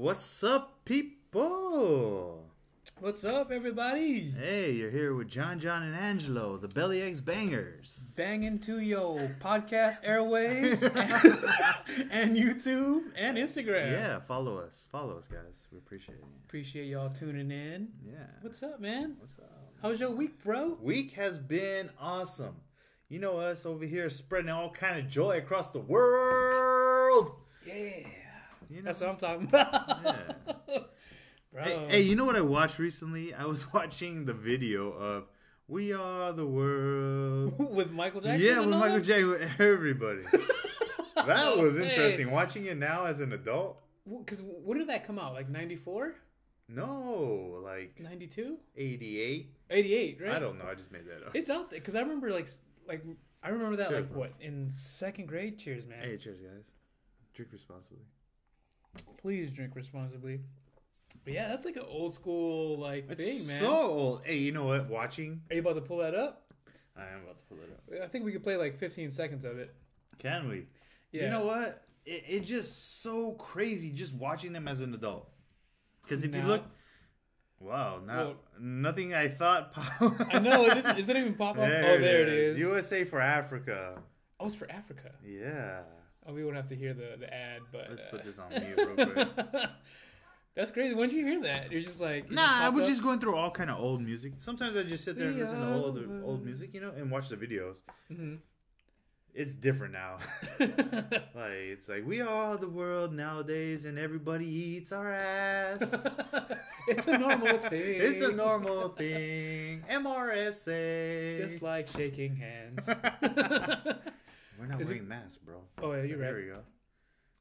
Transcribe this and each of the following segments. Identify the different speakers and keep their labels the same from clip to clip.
Speaker 1: What's up, people?
Speaker 2: What's up, everybody?
Speaker 1: Hey, you're here with John, John, and Angelo, the Belly Eggs Bangers.
Speaker 2: Banging to yo podcast airwaves and, and YouTube and Instagram.
Speaker 1: Yeah, follow us. Follow us, guys. We appreciate it.
Speaker 2: Appreciate y'all tuning in.
Speaker 1: Yeah.
Speaker 2: What's up, man?
Speaker 1: What's up?
Speaker 2: How was your week, bro?
Speaker 1: Week has been awesome. You know us over here spreading all kind of joy across the world.
Speaker 2: Yeah.
Speaker 1: You know?
Speaker 2: That's what I'm talking about.
Speaker 1: Yeah.
Speaker 2: Bro.
Speaker 1: Hey, hey, you know what I watched recently? I was watching the video of "We Are the World."
Speaker 2: with Michael Jackson?
Speaker 1: yeah,
Speaker 2: and
Speaker 1: with
Speaker 2: all
Speaker 1: Michael
Speaker 2: that?
Speaker 1: Jackson, with everybody. that was
Speaker 2: Hey.
Speaker 1: interesting. Watching it now as an adult,
Speaker 2: Because when did that come out? Like 94?
Speaker 1: no, like
Speaker 2: 92?
Speaker 1: eighty-eight.
Speaker 2: 88, right?
Speaker 1: I don't know. I just made that up.
Speaker 2: It's out there. Because I remember, like, s- like I remember that,
Speaker 1: Cheers,
Speaker 2: like,
Speaker 1: man.
Speaker 2: what? In second grade? Cheers, man.
Speaker 1: Hey, cheers, guys. Drink responsibly.
Speaker 2: please drink responsibly. But yeah, that's like an old school like thing, man.
Speaker 1: so old. Hey, you know what? Watching.
Speaker 2: Are you about to pull that up?
Speaker 1: I am about to pull it up.
Speaker 2: I think we could play like 15 seconds of it.
Speaker 1: Can we?
Speaker 2: Yeah.
Speaker 1: You know what? It, it just so crazy just watching them as an adult. Because if you
Speaker 2: Now-
Speaker 1: look, wow, not
Speaker 2: Well-
Speaker 1: nothing I thought.
Speaker 2: I know it isn't, it doesn't even pop up. oh, there it is.
Speaker 1: USA for Africa.
Speaker 2: Oh, it's for Africa.
Speaker 1: Yeah.
Speaker 2: Oh, we won't have to hear the, the ad, but
Speaker 1: Let's
Speaker 2: uh,
Speaker 1: put this on mute real quick.
Speaker 2: that's crazy. When did you hear that? You're just like it
Speaker 1: Nah, I
Speaker 2: popped
Speaker 1: was
Speaker 2: up.
Speaker 1: just going through all kind of old music. Sometimes I just sit there and
Speaker 2: We
Speaker 1: listen
Speaker 2: are
Speaker 1: to old
Speaker 2: the-
Speaker 1: old music, you know, and watch the videos.
Speaker 2: Mhm.
Speaker 1: It's different now. like it's like we are the world nowadays, and everybody eats our ass.
Speaker 2: it's a normal thing.
Speaker 1: It's a normal thing. MRSA.
Speaker 2: Just like shaking hands.
Speaker 1: We're not
Speaker 2: Is it-
Speaker 1: wearing masks, bro.
Speaker 2: oh yeah, you're
Speaker 1: There
Speaker 2: right.
Speaker 1: we go.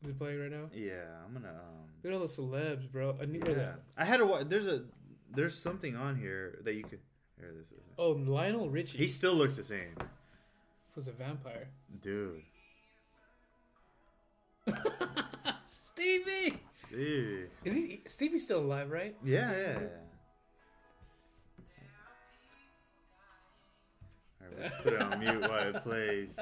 Speaker 2: Is it playing right now?
Speaker 1: Yeah, I'm gonna. Um,
Speaker 2: Look at all the celebs, bro. I need-
Speaker 1: yeah. I had a. wa- There's a. There's something on here that you could. Here, this is.
Speaker 2: Oh, Lionel Richie
Speaker 1: He still looks the same,
Speaker 2: was a vampire.
Speaker 1: dude.
Speaker 2: Stevie!
Speaker 1: See.
Speaker 2: Is he Stevie's still alive, right?
Speaker 1: Yeah, yeah. Alright, let's put it on mute while it plays.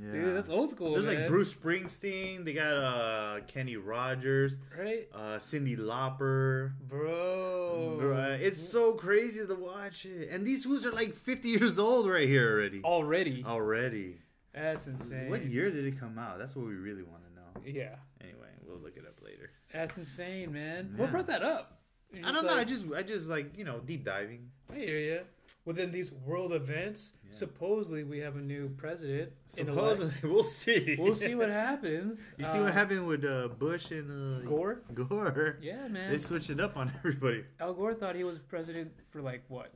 Speaker 1: Yeah.
Speaker 2: Dude, that's old school.
Speaker 1: There's like
Speaker 2: man.
Speaker 1: Bruce Springsteen. They got uh Kenny Rogers,
Speaker 2: right?
Speaker 1: uh Cindy Lauper.
Speaker 2: Bro.
Speaker 1: Bruh, uh, It's so crazy to watch it. And these fools are like 50 years old right here already.
Speaker 2: Oh. already.
Speaker 1: Already.
Speaker 2: That's insane.
Speaker 1: Oh. What year did it come out? That's what we really want to know.
Speaker 2: Yeah.
Speaker 1: Anyway, we'll look it up later.
Speaker 2: That's insane, man.
Speaker 1: Yeah.
Speaker 2: What brought that up? You're
Speaker 1: I
Speaker 2: just
Speaker 1: don't know. I
Speaker 2: like,
Speaker 1: just, I just like, you know, deep diving.
Speaker 2: I hear ya. Within these world events,
Speaker 1: Yeah.
Speaker 2: supposedly we have a new president. in elec-
Speaker 1: Supposedly, we'll see.
Speaker 2: We'll see what happens.
Speaker 1: You see what
Speaker 2: Uh,
Speaker 1: happened with uh, Bush and uh,
Speaker 2: Gore?
Speaker 1: Gore.
Speaker 2: Yeah, man.
Speaker 1: They switched it up on everybody.
Speaker 2: Al Gore thought he was president for like what,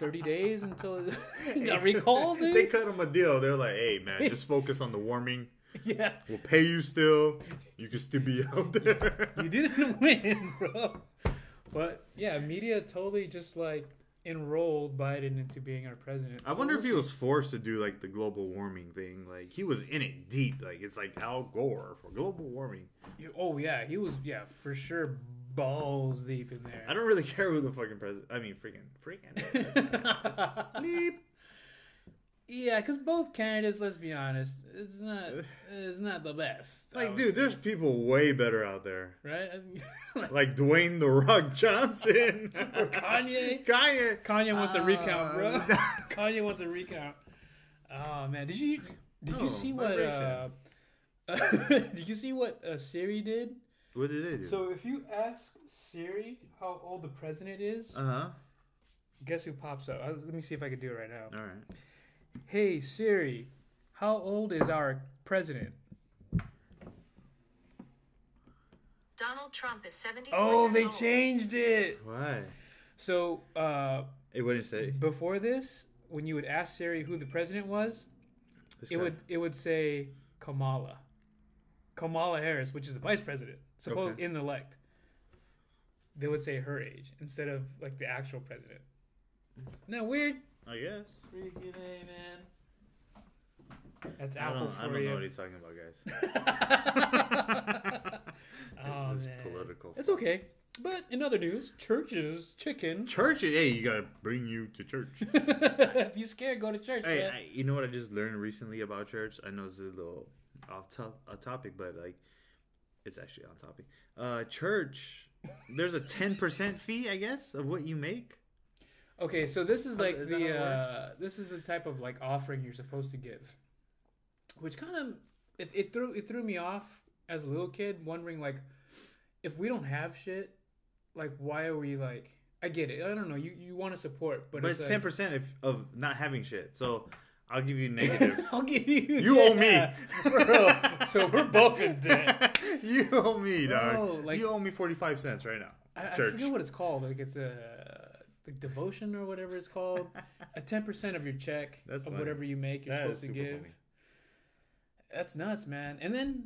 Speaker 2: thirty days until he got recalled. Dude?
Speaker 1: they cut him a deal. They're like, "Hey, man, just focus on the warming.
Speaker 2: yeah,
Speaker 1: We'll pay you still. You can still be out there."
Speaker 2: you didn't win, bro. But yeah, media totally just like enrolled Biden into being our president.
Speaker 1: I
Speaker 2: So
Speaker 1: wonder if he
Speaker 2: we'll
Speaker 1: was forced to do like the global warming thing. Like he was in it deep. Like it's like Al Gore for global warming.
Speaker 2: see. Oh yeah, he was yeah for sure balls deep in there.
Speaker 1: I don't really care who the fucking president. I mean, freaking, freaking. Bleep.
Speaker 2: yeah, because both candidates, let's be honest, it's not it's not the best. I
Speaker 1: like,
Speaker 2: would
Speaker 1: dude,
Speaker 2: say.
Speaker 1: there's people way better out there.
Speaker 2: right. I mean, like,
Speaker 1: Like Dwayne the Rock Johnson
Speaker 2: Or Kanye.
Speaker 1: Kanye.
Speaker 2: Kanye wants a recount, bro.
Speaker 1: Uh,
Speaker 2: Kanye wants a recount. Oh man, did you did
Speaker 1: Oh,
Speaker 2: you see what? Uh,
Speaker 1: vibration.
Speaker 2: did you see what uh, Siri did?
Speaker 1: What did they do?
Speaker 2: So if you ask Siri how old the president is,
Speaker 1: uh huh.
Speaker 2: guess who pops up? Uh, let me see if I can do it right now.
Speaker 1: All right.
Speaker 2: Hey Siri, how old is our president?
Speaker 3: Donald Trump is 74
Speaker 2: Oh,
Speaker 3: years
Speaker 2: they
Speaker 3: old.
Speaker 2: changed it.
Speaker 1: Why?
Speaker 2: So uh,
Speaker 1: It wouldn't say.
Speaker 2: before this, when you would ask Siri who the president was,
Speaker 1: This
Speaker 2: it
Speaker 1: guy.
Speaker 2: would it would say Kamala, Kamala Harris, which is the vice president, supposed
Speaker 1: Okay.
Speaker 2: in the elect. They would say her age instead of like the actual president. Now weird.
Speaker 1: I guess.
Speaker 2: Freaking a man. That's
Speaker 1: I
Speaker 2: Apple
Speaker 1: don't, I
Speaker 2: for
Speaker 1: don't know what
Speaker 2: you.
Speaker 1: he's talking about, guys.
Speaker 2: Oh,
Speaker 1: It's
Speaker 2: man.
Speaker 1: political.
Speaker 2: It's okay. But in other news, churches, chicken.
Speaker 1: Church. Hey, you gotta bring you to church.
Speaker 2: if you scared, go to church.
Speaker 1: Hey,
Speaker 2: man.
Speaker 1: I, you know what I just learned recently about church? I know this is a little off, top, off topic, but like, It's actually on topic. Uh, church. There's a ten percent fee, I guess, of what you make.
Speaker 2: Okay, so this is
Speaker 1: How's-
Speaker 2: like
Speaker 1: is that
Speaker 2: the
Speaker 1: how it
Speaker 2: uh, this is the type of like offering you're supposed to give, which kind of it, it threw it threw me off as a little kid, wondering like if we don't have shit, like why are we like I get it. I don't know. You you want to support, but,
Speaker 1: But it's
Speaker 2: like-
Speaker 1: ten percent if of not having shit. So I'll give you negative.
Speaker 2: I'll give you.
Speaker 1: You owe me.
Speaker 2: yeah, bro. So we're both in debt.
Speaker 1: you owe me, dog.
Speaker 2: Bro, like-
Speaker 1: you owe me forty five cents right now.
Speaker 2: I, I
Speaker 1: Church.
Speaker 2: forget what it's called. Like it's a like devotion or whatever it's called. a ten percent of your check
Speaker 1: That's
Speaker 2: of
Speaker 1: funny.
Speaker 2: whatever you make, you're
Speaker 1: That is
Speaker 2: supposed to
Speaker 1: super
Speaker 2: give.
Speaker 1: funny.
Speaker 2: That's nuts, man. And then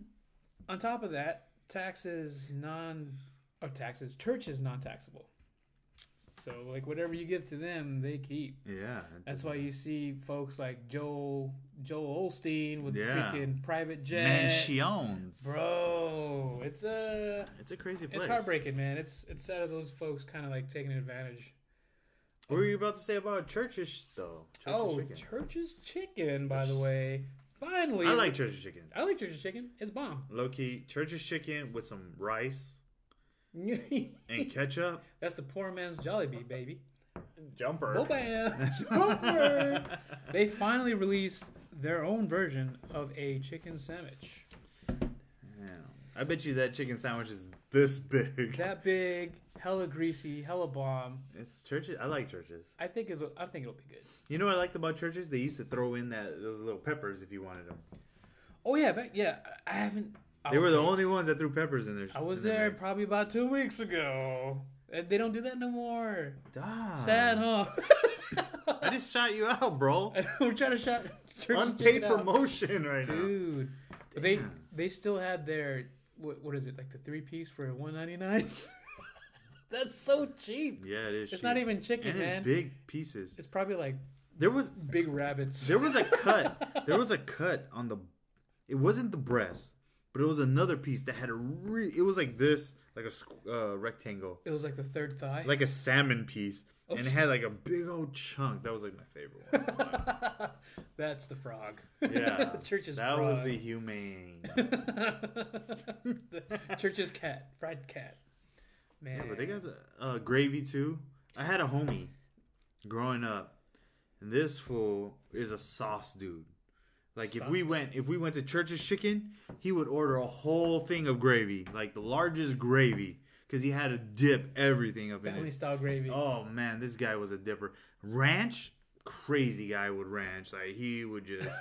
Speaker 2: on top of that, taxes non or taxes church is non taxable. So like whatever you give to them, they keep.
Speaker 1: Yeah. it
Speaker 2: That's
Speaker 1: doesn't-
Speaker 2: why you see folks like Joel Joel Olstein with
Speaker 1: Yeah.
Speaker 2: the freaking private jet.
Speaker 1: Mansions.
Speaker 2: Bro, it's a
Speaker 1: It's a crazy place.
Speaker 2: it's heartbreaking, man. It's it's sad of those folks kind of like taking advantage.
Speaker 1: What were you about to say about churches though? Church's
Speaker 2: oh,
Speaker 1: chicken.
Speaker 2: Church's chicken, by the way. Finally,
Speaker 1: I like church's chicken.
Speaker 2: I like Church's chicken. It's bomb.
Speaker 1: Low key, church's chicken with some rice and ketchup.
Speaker 2: That's the poor man's Jollibee, baby.
Speaker 1: Jumper.
Speaker 2: Boba Jumper. They finally released their own version of a chicken sandwich.
Speaker 1: Damn. I bet you that chicken sandwich is this big.
Speaker 2: That big, hella greasy, hella bomb.
Speaker 1: It's churches. I like churches.
Speaker 2: I think it'll. I think it'll be good.
Speaker 1: You know what I liked about churches? They used to throw in that those little peppers if you wanted them.
Speaker 2: Oh yeah, but yeah, I- I haven't. I
Speaker 1: They were
Speaker 2: was
Speaker 1: the
Speaker 2: there-
Speaker 1: only ones that threw peppers in their.
Speaker 2: I was
Speaker 1: in their
Speaker 2: there
Speaker 1: mix.
Speaker 2: probably about two weeks ago. And They don't do that no more.
Speaker 1: Dog.
Speaker 2: Sad, huh?
Speaker 1: I just shot you out, bro.
Speaker 2: We're trying to shut church
Speaker 1: Unpaid promotion right
Speaker 2: dude. But They
Speaker 1: Damn.
Speaker 2: they still had their what, what is it like the three piece for one ninety nine? That's so cheap.
Speaker 1: now. Yeah, it is.
Speaker 2: It's not
Speaker 1: cheap.
Speaker 2: even chicken,
Speaker 1: and
Speaker 2: man.
Speaker 1: it's big pieces.
Speaker 2: It's probably like
Speaker 1: There was
Speaker 2: big rabbits.
Speaker 1: there was a cut. there was a cut on the. It wasn't the breast, but it was another piece that had a. Re- it was like this, like a squ- uh, rectangle,
Speaker 2: It was like the third thigh.
Speaker 1: like a salmon piece, and it had like a big old chunk. That was like my favorite one.
Speaker 2: That's the frog.
Speaker 1: Yeah,
Speaker 2: Church's
Speaker 1: that
Speaker 2: frog.
Speaker 1: was the humane.
Speaker 2: Church's cat, fried cat. Man,
Speaker 1: Yeah, but they got uh, gravy too. I had a homie growing up, and this fool is a sauce dude. Like if we went if we went to Church's Chicken, he would order a whole thing of gravy, like the largest gravy, because he had to dip everything up in
Speaker 2: family
Speaker 1: it.
Speaker 2: style gravy.
Speaker 1: Oh man, this guy was a dipper. Ranch, crazy guy would ranch. Like he would just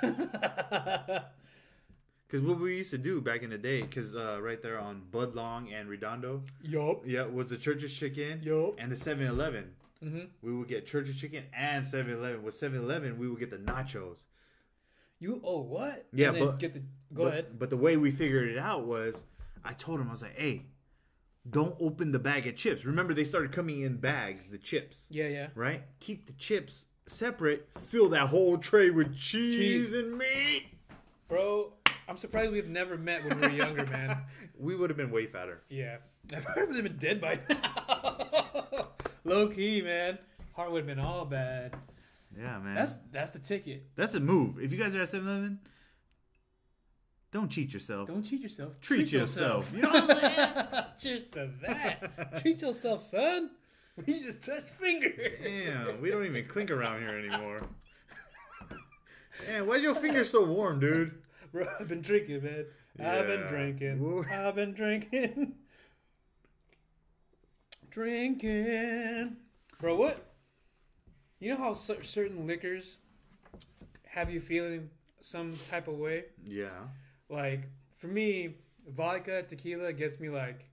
Speaker 1: because what we used to do back in the day, because uh, right there on Budlong and Redondo,
Speaker 2: yup.
Speaker 1: yeah, was the Church's Chicken
Speaker 2: Yup.
Speaker 1: and the 7 Eleven.
Speaker 2: Mhm.
Speaker 1: We would get Church's Chicken and 7 Eleven. With 7 Eleven, we would get the nachos.
Speaker 2: You oh what?
Speaker 1: Yeah,
Speaker 2: And then
Speaker 1: but-
Speaker 2: get the go
Speaker 1: but,
Speaker 2: ahead.
Speaker 1: But the way we figured it out was I told him, I was like, hey, don't open the bag of chips. Remember, they started coming in bags, the chips,
Speaker 2: Yeah, yeah.
Speaker 1: right? Keep the chips separate, fill that whole tray with cheese,
Speaker 2: Cheese.
Speaker 1: and meat.
Speaker 2: Bro, I'm surprised we've never met when we were younger, man.
Speaker 1: We would have been way fatter.
Speaker 2: Yeah. I would have been dead by now. Low key, man. Heart would have been all bad.
Speaker 1: Yeah, man.
Speaker 2: That's that's the ticket.
Speaker 1: That's a move. If you guys are at 7 Eleven, don't cheat yourself.
Speaker 2: Don't cheat yourself.
Speaker 1: Treat yourself. You know what
Speaker 2: Cheers to that. treat yourself, son. We just touched finger.
Speaker 1: Damn, we don't even clink around here anymore. Damn, why's your finger so warm, dude?
Speaker 2: Bro, I've been drinking, man. I've been
Speaker 1: Yeah.
Speaker 2: drinking.
Speaker 1: Woo.
Speaker 2: I've been drinking. drinking. Bro, what? You know how cer- certain liquors have you feeling some type of way?
Speaker 1: Yeah.
Speaker 2: Like, for me, vodka, tequila gets me, like,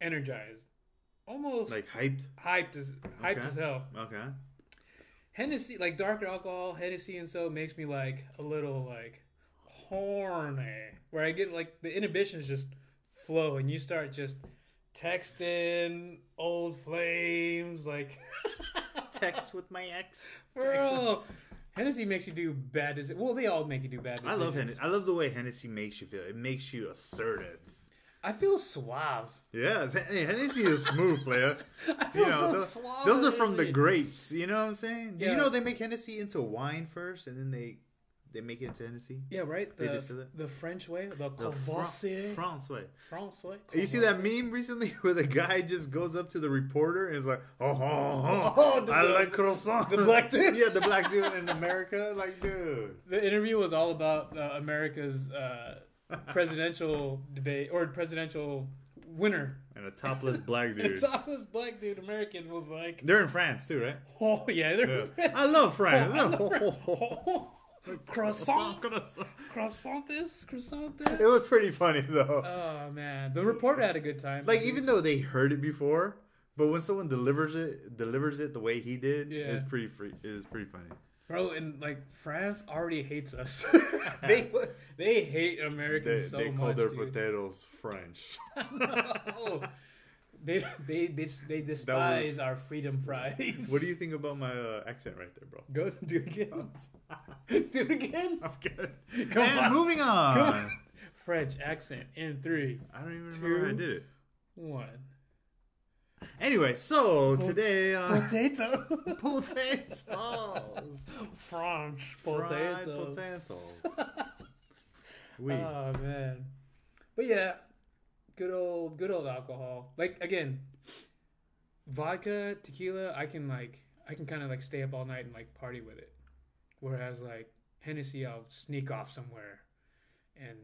Speaker 2: energized. Almost
Speaker 1: Like hyped?
Speaker 2: hyped, as, hyped
Speaker 1: Okay.
Speaker 2: as hell.
Speaker 1: Okay.
Speaker 2: Hennessy, like, darker alcohol, Hennessy and so makes me, like, a little, like, horny. Where I get, like, the inhibitions just flow and you start just texting old flames, like...
Speaker 1: Text with my ex.
Speaker 2: Bro, Hennessy makes you do bad decisions. Well, they all make you do bad
Speaker 1: I
Speaker 2: decisions.
Speaker 1: love Hennessy. I love the way Hennessy makes you feel. It makes you assertive.
Speaker 2: I feel suave.
Speaker 1: Yeah, Hen- Hennessy is smooth, player.
Speaker 2: I feel
Speaker 1: You know,
Speaker 2: so
Speaker 1: those,
Speaker 2: suave.
Speaker 1: those
Speaker 2: with
Speaker 1: are from the
Speaker 2: Hennessy.
Speaker 1: grapes. You know what I'm saying? Do
Speaker 2: Yeah.
Speaker 1: you know they make Hennessy into wine first, and then they they make it in Tennessee.
Speaker 2: Yeah, right.
Speaker 1: They
Speaker 2: The,
Speaker 1: distill it.
Speaker 2: the French way, the,
Speaker 1: The Fran-
Speaker 2: Courvoisier,
Speaker 1: France way.
Speaker 2: France way.
Speaker 1: You see that meme recently where the guy just goes up to the reporter and is like, "Oh, oh, oh,
Speaker 2: Oh, the-
Speaker 1: I like croissant."
Speaker 2: the black dude.
Speaker 1: yeah, the black dude in America, like, dude.
Speaker 2: The interview was all about uh, America's uh, presidential debate or presidential winner.
Speaker 1: And a topless black
Speaker 2: And
Speaker 1: dude.
Speaker 2: so this black dude American was like,
Speaker 1: They're in France too, right?
Speaker 2: "Oh yeah, they're Oh,
Speaker 1: Yeah. I love France. Oh,
Speaker 2: croissant, croissant this, croissant
Speaker 1: It
Speaker 2: that."
Speaker 1: was pretty funny though.
Speaker 2: Oh man, the reporter had a good time.
Speaker 1: like even though they heard it before, but when someone delivers it, delivers it the way he did,
Speaker 2: Yeah.
Speaker 1: it's pretty free. It's pretty funny.
Speaker 2: bro, and like France already hates us. they they hate
Speaker 1: They,
Speaker 2: Americans so
Speaker 1: they
Speaker 2: much.
Speaker 1: call their
Speaker 2: dude.
Speaker 1: potatoes French.
Speaker 2: oh, they they dis- they despise our freedom fries.
Speaker 1: what do you think about my uh, accent right there, bro?
Speaker 2: go do it again? do it again.
Speaker 1: I'm good.
Speaker 2: Come
Speaker 1: and
Speaker 2: on.
Speaker 1: moving on.
Speaker 2: Come on. French accent in three,
Speaker 1: I don't even remember how I
Speaker 2: Two.
Speaker 1: did it.
Speaker 2: one.
Speaker 1: Anyway, so today uh, on
Speaker 2: Potato.
Speaker 1: potatoes,
Speaker 2: French
Speaker 1: Fried
Speaker 2: potatoes.
Speaker 1: potatoes. We
Speaker 2: Oh man. But yeah, good old good old alcohol. Like again, vodka, tequila, I can like I can kind of like stay up all night and like party with it. Whereas like Hennessy, I'll sneak off somewhere and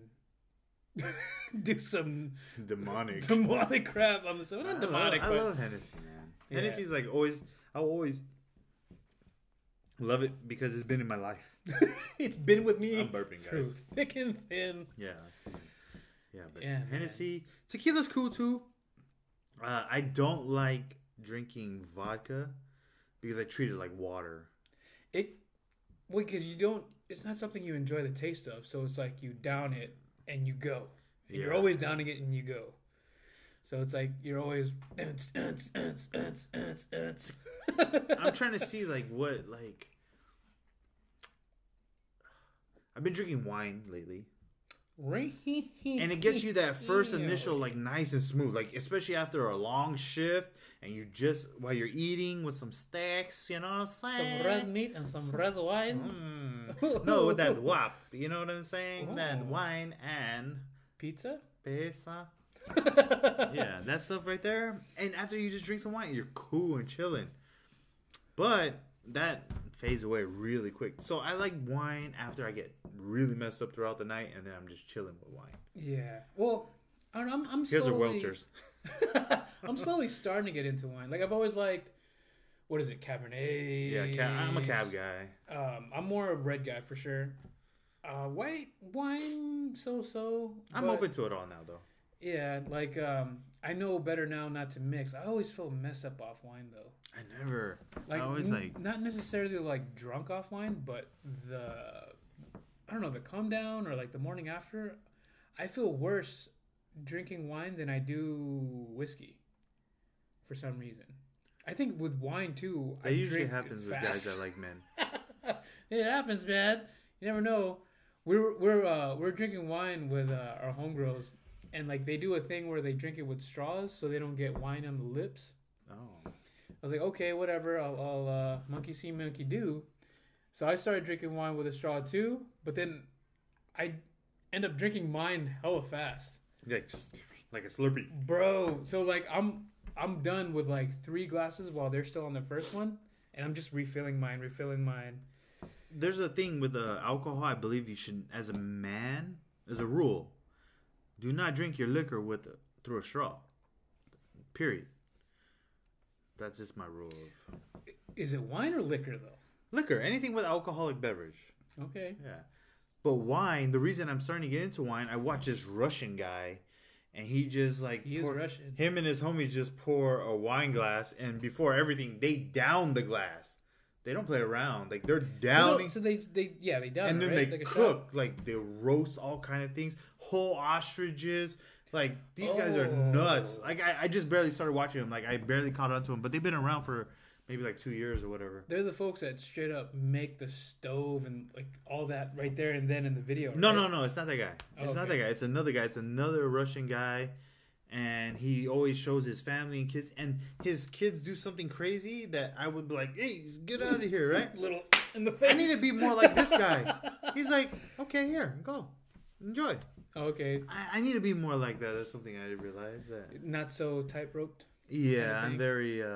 Speaker 2: do some
Speaker 1: demonic.
Speaker 2: demonic crap on the side.
Speaker 1: I
Speaker 2: Not
Speaker 1: love-
Speaker 2: demonic,
Speaker 1: I
Speaker 2: but
Speaker 1: love Hennessy, man.
Speaker 2: Yeah.
Speaker 1: Hennessy's like always. I always love it because it's been in my life.
Speaker 2: it's been with me
Speaker 1: I'm burping, guys.
Speaker 2: through thick and thin.
Speaker 1: Yeah, excuse me. yeah, but
Speaker 2: Yeah, man.
Speaker 1: Hennessy, tequila's cool too. Uh, I don't like drinking vodka because I treat it like water.
Speaker 2: It well because you don't. It's not something you enjoy the taste of. So it's like you down it and you go. And You're
Speaker 1: Yeah.
Speaker 2: always downing it and you go. So it's like you're always. "Unts, unts, unts, unts, unts, unts."
Speaker 1: I'm trying to see like what like. I've been drinking wine lately. and it gets you that first initial like nice and smooth like especially after a long shift and you just while you're eating with some steaks you know what i'm saying
Speaker 2: Some red meat and some red wine,
Speaker 1: Mm. no with that wop you know what i'm saying
Speaker 2: Oh.
Speaker 1: that wine and
Speaker 2: pizza.
Speaker 1: pizza yeah that stuff right there and after you just drink some wine you're cool and chilling but that fades away really quick so i like wine after i get really messed up throughout the night and then i'm just chilling with wine
Speaker 2: Yeah. Well, I don't know, I'm. I'm
Speaker 1: here's
Speaker 2: slowly,
Speaker 1: a welchers
Speaker 2: I'm slowly starting to get into wine. Like I've always liked. What is it, Cabernet?
Speaker 1: Yeah, cab, I'm a cab guy.
Speaker 2: Um, I'm more a red guy for sure. Uh, white wine, so so.
Speaker 1: I'm open to it all now, though.
Speaker 2: Yeah, like um, I know better now not to mix. I always feel messed up off wine though.
Speaker 1: I never.
Speaker 2: Like,
Speaker 1: I always
Speaker 2: n-
Speaker 1: like.
Speaker 2: not necessarily like drunk off wine, but the I don't know the calm down or like the morning after. I feel worse drinking wine than I do whiskey. For some reason, I think with wine too.
Speaker 1: That
Speaker 2: I
Speaker 1: usually
Speaker 2: drink
Speaker 1: happens with guys
Speaker 2: fast.
Speaker 1: that like men.
Speaker 2: it happens, man. You never know. We We're we're uh, we we're drinking wine with uh, our homegirls, and like they do a thing where they drink it with straws so they don't get wine on the lips.
Speaker 1: Oh,
Speaker 2: I was like, okay, whatever. I'll, I'll uh, monkey see, monkey do. So I started drinking wine with a straw too, but then I end up drinking mine hella fast,
Speaker 1: like s- like a Slurpee.
Speaker 2: bro. So like I'm I'm done with like three glasses while they're still on the first one, and I'm just refilling mine, refilling mine.
Speaker 1: There's a thing with uh, alcohol. I believe you should, as a man, as a rule, do not drink your liquor with through a straw. Period. That's just my rule of
Speaker 2: Is it wine or liquor though?
Speaker 1: liquor. Anything with alcoholic beverage.
Speaker 2: Okay.
Speaker 1: Yeah. But wine, the reason I'm starting to get into wine, I watch this Russian guy and he just like
Speaker 2: He is
Speaker 1: pour-
Speaker 2: Russian.
Speaker 1: him and his homies just pour a wine glass and before everything they down the glass. They don't play around. Like they're
Speaker 2: No,
Speaker 1: downing
Speaker 2: so they they yeah they down
Speaker 1: and
Speaker 2: it,
Speaker 1: then
Speaker 2: right?
Speaker 1: they
Speaker 2: Like a shot.
Speaker 1: cook. Like they roast all kind of things, whole ostriches. Like these guys are
Speaker 2: Oh.
Speaker 1: nuts. Like I, I just barely started watching them. Like I barely caught on to them, but they've been around for maybe like two years or whatever.
Speaker 2: They're the folks that straight up make the stove and like all that right there and then in the video.
Speaker 1: No,
Speaker 2: right?
Speaker 1: no, no. It's not that guy. It's
Speaker 2: Oh,
Speaker 1: not that
Speaker 2: okay.
Speaker 1: guy. It's another guy. It's another Russian guy, and he always shows his family and kids. And his kids do something crazy that I would be like, "Hey, get out of here!" Right?
Speaker 2: Little in the face.
Speaker 1: I need to be more like this guy. He's like, "Okay, here, go, enjoy."
Speaker 2: Oh, okay,
Speaker 1: I, I need to be more like that. That's something I realized that.
Speaker 2: not so tight roped.
Speaker 1: Yeah,
Speaker 2: Kinda
Speaker 1: I'm
Speaker 2: thing.
Speaker 1: very, uh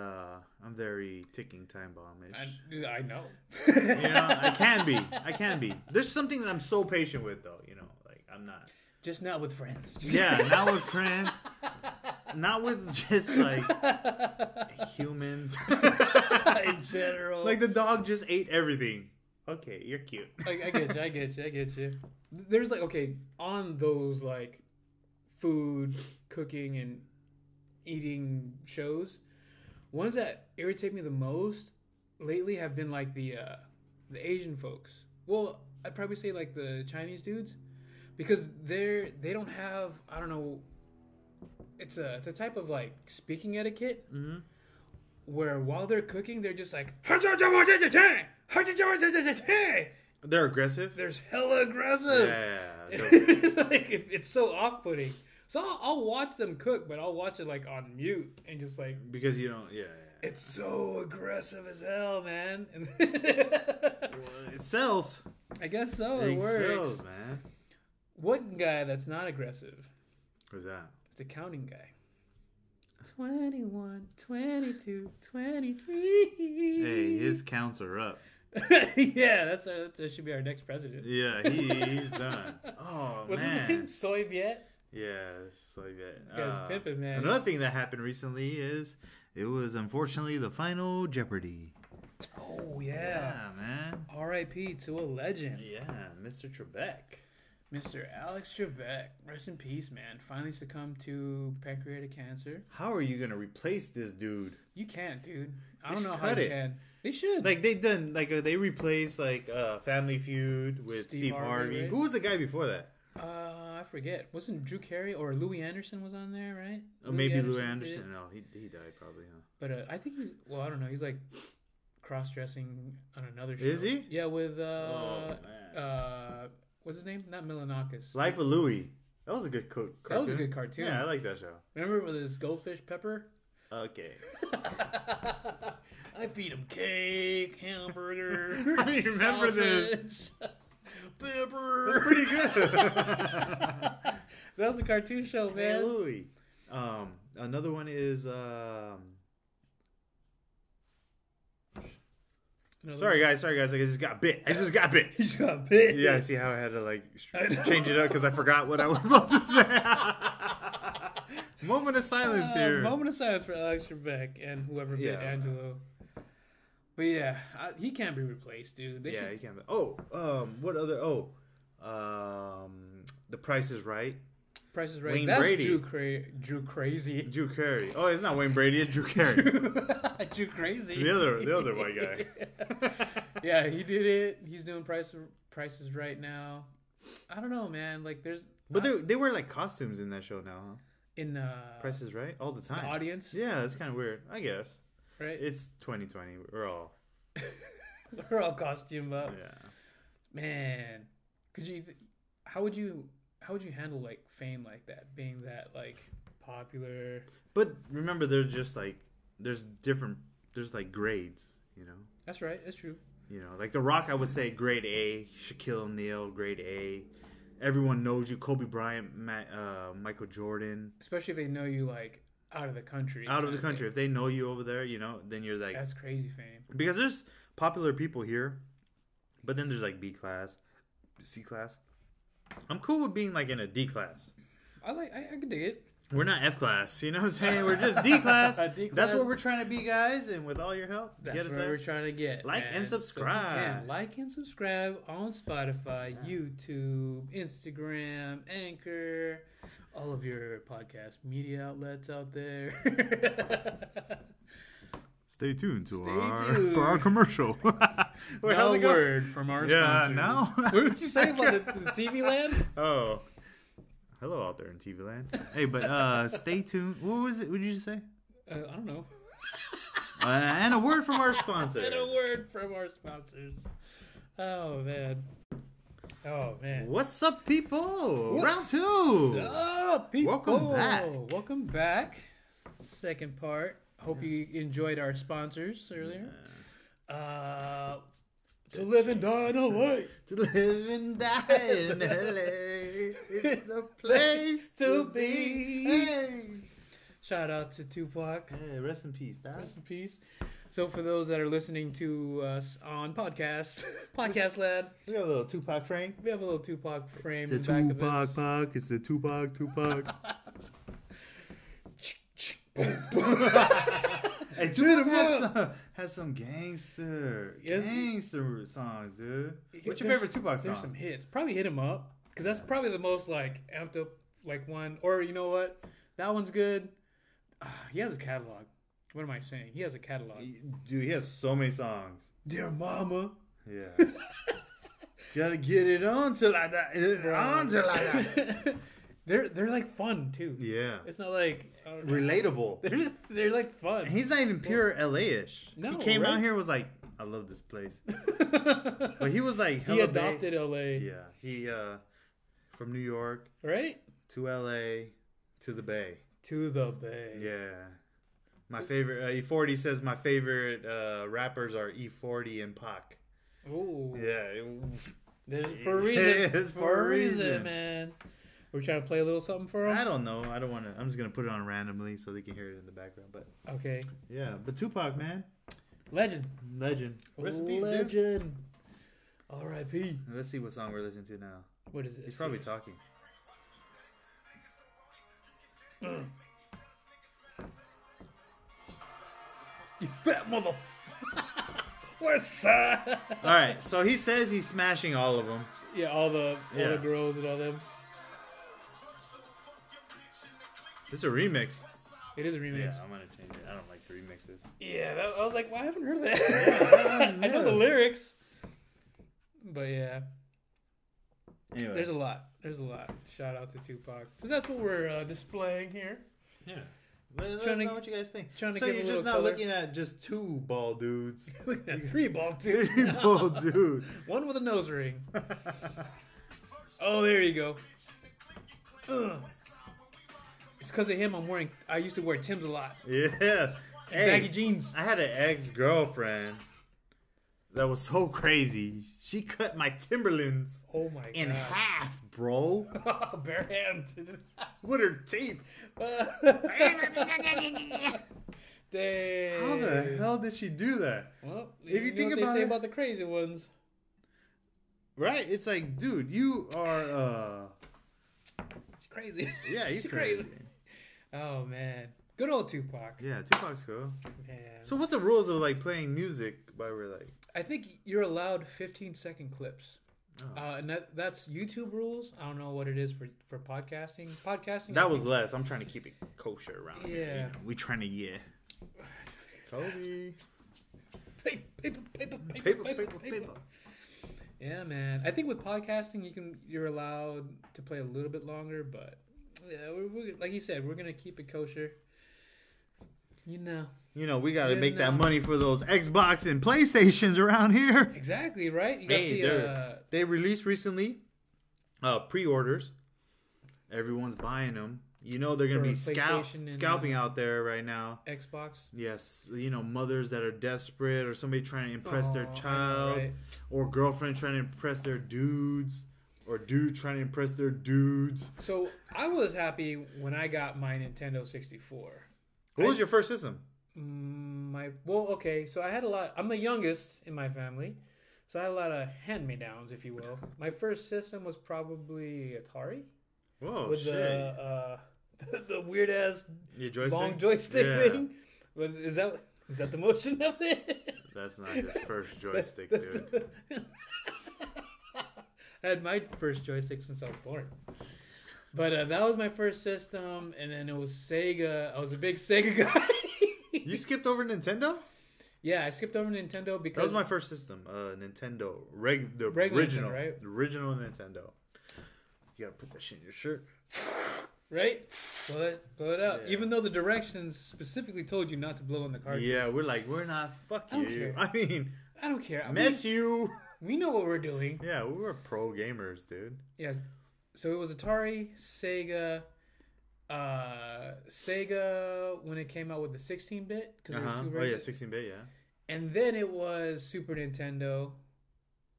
Speaker 1: I'm very ticking time bomb
Speaker 2: I,
Speaker 1: ish.
Speaker 2: I know.
Speaker 1: You know, I can be. I can be. There's something that I'm so patient with, though. You know, like I'm not.
Speaker 2: Just not with friends.
Speaker 1: Yeah, not with friends. Not with just like humans.
Speaker 2: in general.
Speaker 1: like the dog just ate everything. Okay, you're cute.
Speaker 2: I, I get you. I get you. I get you. There's like okay on those like food, cooking, and eating shows. Ones that irritate me the most lately have been like the uh, the Asian folks. Well, I'd probably say like the Chinese dudes because they're they don't have I don't know. It's a it's a type of like speaking etiquette
Speaker 1: Mhm.
Speaker 2: where while they're cooking they're just like there's
Speaker 1: They're aggressive.
Speaker 2: hella aggressive.
Speaker 1: yeah, they're-
Speaker 2: it's like it, it's so off-putting. So I'll, I'll watch them cook, but I'll watch it like on mute and just like
Speaker 1: because you don't. Yeah, yeah.
Speaker 2: it's so aggressive as hell, man. And
Speaker 1: Well, it sells.
Speaker 2: I guess so. It
Speaker 1: It
Speaker 2: works.
Speaker 1: sells, man.
Speaker 2: One guy that's not aggressive
Speaker 1: Who's that?
Speaker 2: is the counting guy. 21, 22, 23.
Speaker 1: Hey, his counts are up.
Speaker 2: yeah, that's our, that's- that should be our next president.
Speaker 1: Yeah, he, he's done. Oh
Speaker 2: What's
Speaker 1: man.
Speaker 2: his name? Soy Viet?
Speaker 1: Yeah, it's like that. Uh,
Speaker 2: Guy's pimping, man.
Speaker 1: Another thing that happened recently is it was unfortunately the final Jeopardy.
Speaker 2: Oh, yeah.
Speaker 1: Yeah, man.
Speaker 2: R.I.P. to a legend.
Speaker 1: Yeah, Mr. Trebek.
Speaker 2: Mr. Alex Trebek, rest in peace, man. Finally succumbed to pancreatic cancer.
Speaker 1: How are you gonna replace this dude?
Speaker 2: You can't, dude. I
Speaker 1: They
Speaker 2: don't
Speaker 1: should
Speaker 2: know how
Speaker 1: cut
Speaker 2: you
Speaker 1: it.
Speaker 2: can. They should.
Speaker 1: Like they done, like uh, they replaced like uh, Family Feud with
Speaker 2: Steve
Speaker 1: Steve,
Speaker 2: Harvey,
Speaker 1: Harvey.
Speaker 2: right?
Speaker 1: Who was the guy before that?
Speaker 2: uh, I forget. Wasn't Drew Carey or Louis Anderson was on there, right?
Speaker 1: Oh, maybe Lou
Speaker 2: did.
Speaker 1: Anderson. No, he he died probably. Huh?
Speaker 2: But uh, I think he's. Well, I don't know. He's like cross-dressing on another show.
Speaker 1: Is he?
Speaker 2: Yeah, with uh,
Speaker 1: Oh, man.
Speaker 2: uh, what's his name? Not Milanakis.
Speaker 1: Life of Louie. That was a good co- cartoon.
Speaker 2: That was a good cartoon.
Speaker 1: Yeah, I like that show.
Speaker 2: Remember with his goldfish Pepper?
Speaker 1: Okay.
Speaker 2: I feed him cake, hamburger.
Speaker 1: I remember
Speaker 2: sausage,
Speaker 1: this.
Speaker 2: Pepper.
Speaker 1: That's pretty good.
Speaker 2: That was a cartoon show,
Speaker 1: Hey,
Speaker 2: man.
Speaker 1: Louis. Um, another one is um.
Speaker 2: No,
Speaker 1: Sorry guys, sorry guys. I just got bit. I just got bit.
Speaker 2: He got bit.
Speaker 1: Yeah, I see how I had to like sh-
Speaker 2: I know.
Speaker 1: change it up because I forgot what I was about to say. moment of silence
Speaker 2: Uh,
Speaker 1: here.
Speaker 2: moment of silence for Alex Trebek and whoever bit
Speaker 1: Yeah.
Speaker 2: Angelo. But yeah, I, he can't be replaced, dude. They
Speaker 1: yeah,
Speaker 2: should,
Speaker 1: you can't. Oh, um, what other? Oh, um, The Price is Right.
Speaker 2: Price is Right.
Speaker 1: Wayne
Speaker 2: That's
Speaker 1: Brady.
Speaker 2: Drew, cra- Drew Crazy.
Speaker 1: Drew Carey. Oh, it's not Wayne Brady. It's Drew Carey.
Speaker 2: Drew Crazy.
Speaker 1: the other, the other white guy.
Speaker 2: yeah, he did it. He's doing price prices right now. I don't know, man. Like there's
Speaker 1: but they they wear like costumes in that show now. Huh?
Speaker 2: in uh
Speaker 1: Price is Right all the time.
Speaker 2: audience,
Speaker 1: Yeah, it's kind of weird. I guess
Speaker 2: right?
Speaker 1: it's 2020. We're all
Speaker 2: We're all costumed up.
Speaker 1: yeah.
Speaker 2: Man, could you? How would you? How would you handle like fame like that? Being that like popular.
Speaker 1: But remember, they're just like there's different. There's like grades, you know.
Speaker 2: That's right. That's true.
Speaker 1: You know, like The Rock, I would say grade A. Shaquille O'Neal, grade A. Everyone knows you. Kobe Bryant, Ma- uh, Michael Jordan,
Speaker 2: Especially if they know you like out of the country.
Speaker 1: out of
Speaker 2: kinda
Speaker 1: the country.
Speaker 2: thing.
Speaker 1: If they know you over there, you know, then you're like
Speaker 2: That's crazy fame.
Speaker 1: because there's popular people here, but then there's like B class, C class. I'm cool with being like in a D class.
Speaker 2: I like. I, I can dig it.
Speaker 1: We're not F class, you know what I'm saying? We're just D class.
Speaker 2: D
Speaker 1: That's
Speaker 2: class.
Speaker 1: what we're trying to be, guys. And with all your help,
Speaker 2: That's
Speaker 1: get us
Speaker 2: what
Speaker 1: there.
Speaker 2: we're trying to get.
Speaker 1: Like and
Speaker 2: man. So if you
Speaker 1: subscribe.
Speaker 2: can, like and subscribe on Spotify, YouTube, Instagram, Anchor, all of your podcast media outlets out there.
Speaker 1: Stay tuned to
Speaker 2: Stay
Speaker 1: our
Speaker 2: tuned.
Speaker 1: for our commercial. Wait,
Speaker 2: no
Speaker 1: how's it going?
Speaker 2: word from our
Speaker 1: Yeah,
Speaker 2: sponsor.
Speaker 1: now-
Speaker 2: what did you say about the, the TV land?
Speaker 1: Oh, hello out there in TV land. Hey, but uh, stay tuned. What was it? What did you just say?
Speaker 2: Uh, I don't know.
Speaker 1: Uh, and a word from our sponsor.
Speaker 2: And a word from our sponsors. Oh man. Oh man.
Speaker 1: What's up, people? Round
Speaker 2: What's
Speaker 1: two.
Speaker 2: Up, people?
Speaker 1: Welcome back.
Speaker 2: Welcome back. Second part. Hope you enjoyed our sponsors earlier. Uh, to live and die in LA.
Speaker 1: To live and die in LA is the place to be. Hey.
Speaker 2: Shout out to Tupac.
Speaker 1: Hey, rest in peace, Doc.
Speaker 2: Rest in peace. So, for those that are listening to us on podcasts, Podcast Lab,
Speaker 1: We got a little Tupac frame.
Speaker 2: we have a little Tupac frame
Speaker 1: The
Speaker 2: in the back of
Speaker 1: Tupac
Speaker 2: us.
Speaker 1: Pac, it's the Tupac Tupac. hey, Tupac has some, has some gangster,
Speaker 2: Yes.
Speaker 1: gangster songs, dude. What's your
Speaker 2: There's-
Speaker 1: favorite Tupac song?
Speaker 2: There's some hits. Probably hit him up because that's probably the most like amped up like one. Or you know what? That one's good. Ah, he has a catalog. What am I saying? He has a catalog.
Speaker 1: Dude, he has so many songs.
Speaker 2: Dear Mama.
Speaker 1: Yeah. Gotta get it on till I die. On till I die.
Speaker 2: they're they're like fun too.
Speaker 1: Yeah.
Speaker 2: It's not like I don't know.
Speaker 1: Relatable.
Speaker 2: they're they're like fun.
Speaker 1: And He's not even pure LA-ish.
Speaker 2: No,
Speaker 1: he came
Speaker 2: right?
Speaker 1: out here and was like, I love this place. But he was like,
Speaker 2: he
Speaker 1: hella ba-
Speaker 2: adopted LA,
Speaker 1: Yeah, he uh, from New York
Speaker 2: right?
Speaker 1: to L.A. to the Bay.
Speaker 2: To the Bay.
Speaker 1: Yeah, my favorite uh, E40 says my favorite uh, rappers are E40 and Pac.
Speaker 2: Ooh.
Speaker 1: Yeah, it-
Speaker 2: There's for a reason.
Speaker 1: It's
Speaker 2: for, a reason, man. We're trying to play a little something for
Speaker 1: I
Speaker 2: him.
Speaker 1: don't know. I don't want to. I'm just gonna put it on randomly so they can hear it in the background. But
Speaker 2: Okay.
Speaker 1: yeah, but Tupac, man,
Speaker 2: Legend.
Speaker 1: legend. Recipe, dude.
Speaker 2: Legend. R.I.P.
Speaker 1: Let's see what song we're listening to now.
Speaker 2: What is it?
Speaker 1: He's probably talking.
Speaker 2: you fat motherfucker. What's up?
Speaker 1: All right, so he says he's smashing all of them.
Speaker 2: Yeah, all the all
Speaker 1: Yeah.
Speaker 2: the girls and all them.
Speaker 1: This is a remix.
Speaker 2: It is a remix.
Speaker 1: Yeah, I'm gonna change it. I don't like the remixes.
Speaker 2: Yeah, that, I was like, well, I haven't heard of that. I know the
Speaker 1: Yeah.
Speaker 2: lyrics, but yeah,
Speaker 1: Anyway,
Speaker 2: there's a lot. There's a lot. Shout out to Tupac. So that's what we're uh, displaying here.
Speaker 1: Yeah. Let, let
Speaker 2: Trying
Speaker 1: us
Speaker 2: to-
Speaker 1: know what you guys think.
Speaker 2: trying to
Speaker 1: so
Speaker 2: give
Speaker 1: you're
Speaker 2: a
Speaker 1: just
Speaker 2: little
Speaker 1: not
Speaker 2: color.
Speaker 1: looking at just two bald dudes.
Speaker 2: Look at that, three ball
Speaker 1: Three
Speaker 2: dude.
Speaker 1: bald dudes.
Speaker 2: One with a nose ring. Oh, there you go. Ugh. It's because of him. I'm wearing. I used to wear Tim's a lot.
Speaker 1: yeah.
Speaker 2: Baggy
Speaker 1: Hey,
Speaker 2: jeans.
Speaker 1: I had an ex girlfriend that was so crazy. She cut my Timberlands
Speaker 2: Oh my
Speaker 1: in
Speaker 2: god. Oh,
Speaker 1: half, bro,
Speaker 2: Bare hands.
Speaker 1: with her teeth.
Speaker 2: Dang.
Speaker 1: How the hell did she do that?
Speaker 2: Well,
Speaker 1: If you
Speaker 2: know
Speaker 1: think
Speaker 2: what
Speaker 1: about
Speaker 2: they say
Speaker 1: it-
Speaker 2: about the crazy ones.
Speaker 1: Right? It's like, dude, you are, uh,
Speaker 2: She's crazy.
Speaker 1: yeah, you're
Speaker 2: She's
Speaker 1: crazy.
Speaker 2: Oh man. Good old Tupac.
Speaker 1: Yeah, Tupac's cool.
Speaker 2: Man.
Speaker 1: So, what's the rules of like playing music while we're like,
Speaker 2: I think you're allowed 15 second clips.
Speaker 1: Oh.
Speaker 2: Uh, and that, that's YouTube rules. I don't know what it is for, for podcasting. Podcasting. I
Speaker 1: That was
Speaker 2: think-
Speaker 1: less. I'm trying to keep it kosher around here.
Speaker 2: Yeah.
Speaker 1: you know. we trying to get. Kobe.
Speaker 2: paper, paper, paper, paper,
Speaker 1: Paper,
Speaker 2: paper,
Speaker 1: paper, paper.
Speaker 2: Yeah, man. I think with podcasting, you can you're allowed to play a little bit longer, but yeah, we're, we're, like you said, we're gonna keep it kosher. You know
Speaker 1: You know, we got to
Speaker 2: Yeah,
Speaker 1: make that
Speaker 2: no.
Speaker 1: money for those Xbox and PlayStations around here.
Speaker 2: exactly right. You got
Speaker 1: Hey,
Speaker 2: the
Speaker 1: they're-
Speaker 2: uh,
Speaker 1: They released recently uh, pre orders. Everyone's buying them. You know, they're going
Speaker 2: For
Speaker 1: to be scalp-
Speaker 2: PlayStation and, uh,
Speaker 1: scalping out there right now.
Speaker 2: Xbox.
Speaker 1: Yes, you know, mothers that are desperate or somebody trying to impress their
Speaker 2: Aw, I know,
Speaker 1: child
Speaker 2: right?
Speaker 1: or girlfriend trying to impress their dudes or dude trying to impress their dudes.
Speaker 2: So I was happy when I got my Nintendo 64.
Speaker 1: What
Speaker 2: I-
Speaker 1: was your first system?
Speaker 2: Mm, My well, okay. So I had a lot. I'm the youngest in my family, so I had a lot of hand me downs, if you will. My first system was probably Atari
Speaker 1: Whoa,
Speaker 2: with
Speaker 1: Oh, shit.
Speaker 2: the uh, the weird ass
Speaker 1: Your joystick?
Speaker 2: long joystick
Speaker 1: Yeah.
Speaker 2: thing. But is that is that the motion of it?
Speaker 1: That's not his first joystick,
Speaker 2: That's
Speaker 1: dude.
Speaker 2: the- I had my first joystick since I was born. But uh, that was my first system, and then it was Sega. I was a big Sega guy.
Speaker 1: You skipped over Nintendo?
Speaker 2: yeah, I skipped over Nintendo
Speaker 1: That
Speaker 2: because
Speaker 1: was my first system. Uh, Nintendo. Reg- the
Speaker 2: Regular Nintendo,
Speaker 1: original.
Speaker 2: right?
Speaker 1: The original Nintendo. You gotta put that shit in your shirt.
Speaker 2: right, blow it, blow it up.
Speaker 1: Yeah.
Speaker 2: Even though the directions specifically told you not to blow in the cartridge.
Speaker 1: Yeah, we're like, we're not. Fuck
Speaker 2: I don't
Speaker 1: you.
Speaker 2: care.
Speaker 1: I mean,
Speaker 2: I don't care. I mean,
Speaker 1: mess you.
Speaker 2: We know what we're doing.
Speaker 1: Yeah, we were pro gamers, dude.
Speaker 2: Yes. So it was Atari, Sega, uh, Sega when it came out with the 16-bit because
Speaker 1: Uh-huh.
Speaker 2: there was two
Speaker 1: Oh yeah,
Speaker 2: versions,
Speaker 1: 16 bit, yeah.
Speaker 2: and then it was Super Nintendo,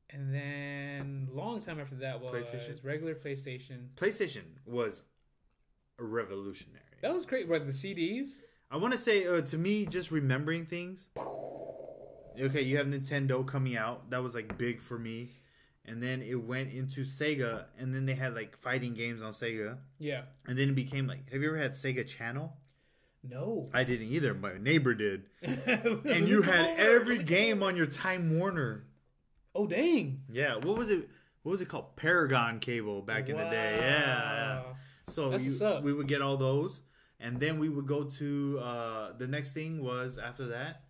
Speaker 2: and then long time after that was
Speaker 1: PlayStation?
Speaker 2: regular PlayStation.
Speaker 1: PlayStation was revolutionary.
Speaker 2: That was great. Like the CDs.
Speaker 1: I want to say uh, to me, just remembering things. Okay, you have Nintendo coming out. That was like big for me, and then it went into Sega, and then they had like fighting games on Sega,
Speaker 2: Yeah.
Speaker 1: and then it became like. Have you ever had Sega Channel?
Speaker 2: No.
Speaker 1: I didn't either. My neighbor did, and
Speaker 2: and
Speaker 1: you had every game on your Time Warner.
Speaker 2: Oh dang!
Speaker 1: Yeah, what was it? What was it called? Paragon cable back in the day. Yeah.
Speaker 2: Wow.
Speaker 1: So
Speaker 2: That's
Speaker 1: you,
Speaker 2: what's up.
Speaker 1: we would get all those, and then we would go to uh, the next thing was after that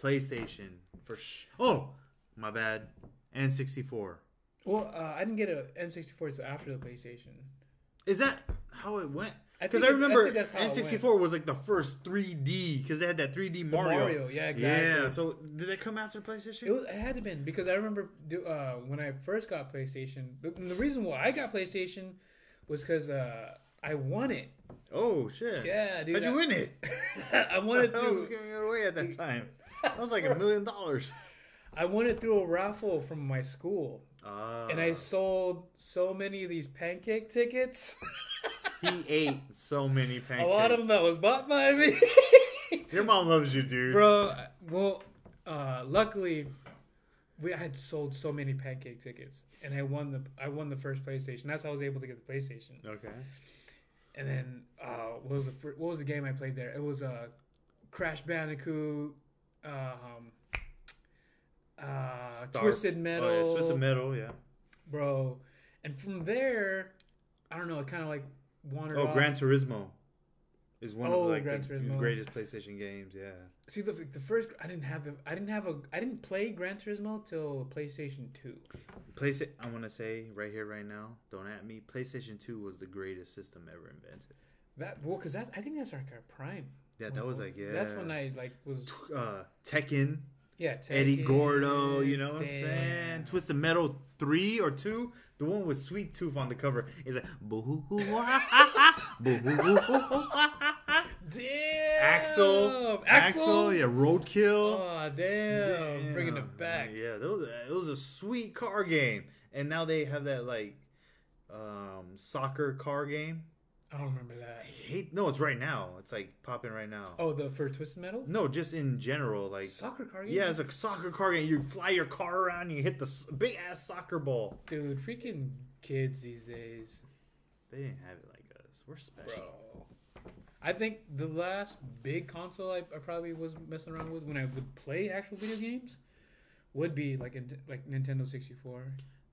Speaker 1: PlayStation for sh- oh my bad and sixty four.
Speaker 2: Well, uh, I didn't get a N64 until after the PlayStation.
Speaker 1: Is that how it went?
Speaker 2: I
Speaker 1: Because
Speaker 2: think
Speaker 1: I,
Speaker 2: it- I
Speaker 1: remember
Speaker 2: think that's how it
Speaker 1: N sixty four was like the first three D because they had that three D Mario.
Speaker 2: Mario, yeah, exactly.
Speaker 1: Yeah. So did they come after PlayStation?
Speaker 2: It, was, it had to been because I remember do- uh, when I first got PlayStation. The, the reason why I got PlayStation was because uh, I won it.
Speaker 1: oh shit!
Speaker 2: Yeah, dude.
Speaker 1: How'd
Speaker 2: I-
Speaker 1: you win it?
Speaker 2: I won it
Speaker 1: I was
Speaker 2: through.
Speaker 1: giving it away at that time. That was like a million dollars.
Speaker 2: I won it through a raffle from my school,
Speaker 1: Ah.
Speaker 2: and I sold so many of these pancake tickets.
Speaker 1: Ah, he ate so many
Speaker 2: a
Speaker 1: pancakes.
Speaker 2: lot of them that was bought by me.
Speaker 1: Your mom loves you, dude.
Speaker 2: bro. I- Well, uh, luckily, we I had sold so many pancake tickets, and I won the I won the first PlayStation. That's how I was able to get the PlayStation.
Speaker 1: Okay.
Speaker 2: And then uh, what was the fir- what was the game I played there? It was uh, Crash Bandicoot, um, uh, Twisted Metal,
Speaker 1: Oh, yeah, Twisted Metal, yeah.
Speaker 2: bro. And from there, I don't know. It kind of like wandered.
Speaker 1: Oh,
Speaker 2: off.
Speaker 1: Gran Turismo is one
Speaker 2: Oh,
Speaker 1: of like,
Speaker 2: Gran
Speaker 1: the
Speaker 2: Turismo.
Speaker 1: greatest PlayStation games, yeah.
Speaker 2: See the the first I didn't have the I didn't have a I didn't play Gran Turismo till PlayStation Two.
Speaker 1: Place it. I want to say right here, right now. Don't at me. PlayStation Two was the greatest system ever invented.
Speaker 2: That well, cause that I think that's like our prime.
Speaker 1: Yeah, that was like yeah.
Speaker 2: That's when I like was
Speaker 1: uh, Tekken,
Speaker 2: yeah.
Speaker 1: Eddie
Speaker 2: Tekken,
Speaker 1: Gordo. You know what I'm
Speaker 2: damn.
Speaker 1: saying? Twisted Metal three or two. The one with Sweet Tooth on the cover is like boo hoo hoo ha ha ha boo hoo hoo hoo ha ha ha.
Speaker 2: Damn.
Speaker 1: Axel,
Speaker 2: Axel.
Speaker 1: Axel, yeah, Roadkill.
Speaker 2: Oh damn.
Speaker 1: Damn.
Speaker 2: Bringing it back.
Speaker 1: Yeah, that was, it was a sweet car game. And now they have that like um soccer car game.
Speaker 2: I don't remember that.
Speaker 1: I hate no, it's right now. It's like popping right now.
Speaker 2: Oh, the for Twisted Metal.
Speaker 1: No, just in general like
Speaker 2: Soccer card. game?
Speaker 1: yeah, it's a soccer car game. You fly your car around, you hit the big ass soccer ball.
Speaker 2: Dude, freaking kids these days,
Speaker 1: They didn't have it like us. We're special.
Speaker 2: bro. I think the last big console I, I probably was messing around with when I would play actual video games would be like in, like Nintendo sixty four,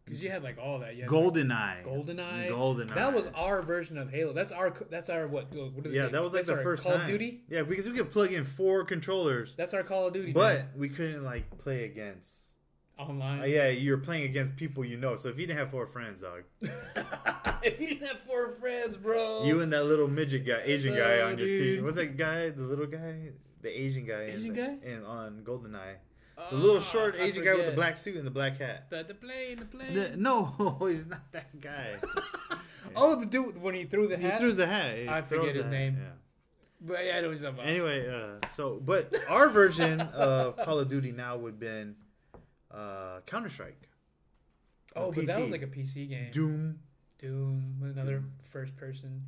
Speaker 2: because you had like all that. You had,
Speaker 1: Goldeneye.
Speaker 2: GoldenEye.
Speaker 1: Goldeneye.
Speaker 2: That was our version of Halo. That's our. That's our what? what do they
Speaker 1: yeah,
Speaker 2: say?
Speaker 1: that was like
Speaker 2: That's
Speaker 1: the
Speaker 2: our
Speaker 1: first
Speaker 2: Call
Speaker 1: time.
Speaker 2: of Duty.
Speaker 1: Yeah, because we could plug in four controllers,
Speaker 2: That's our Call of Duty.
Speaker 1: but we couldn't like play against
Speaker 2: dude. online.
Speaker 1: Uh, yeah, you're playing against people you know. So if you didn't have four friends, dog,
Speaker 2: if you didn't have four friends, bro.
Speaker 1: you and that little midget guy, Asian guy
Speaker 2: Oh,
Speaker 1: on your
Speaker 2: dude.
Speaker 1: team. What's that guy? The little guy, the Asian guy, in
Speaker 2: Asian
Speaker 1: the-
Speaker 2: guy?
Speaker 1: in on GoldenEye,
Speaker 2: Ah,
Speaker 1: the little short
Speaker 2: I
Speaker 1: Asian guy with the
Speaker 2: forget.
Speaker 1: black suit and the black hat.
Speaker 2: The, the plane, the plane.
Speaker 1: No, he's not that guy.
Speaker 2: oh, the dude when he threw the
Speaker 1: he
Speaker 2: hat.
Speaker 1: throws the hat. He
Speaker 2: I forget
Speaker 1: throws the
Speaker 2: his
Speaker 1: hat,
Speaker 2: name.
Speaker 1: yeah.
Speaker 2: But yeah, I know what he's talking about.
Speaker 1: Anyway, uh, so but our version of Call of Duty now would been uh, Counter Strike,
Speaker 2: oh, but that was
Speaker 1: PC.
Speaker 2: like a PC game. Doom,
Speaker 1: Doom.
Speaker 2: another first person.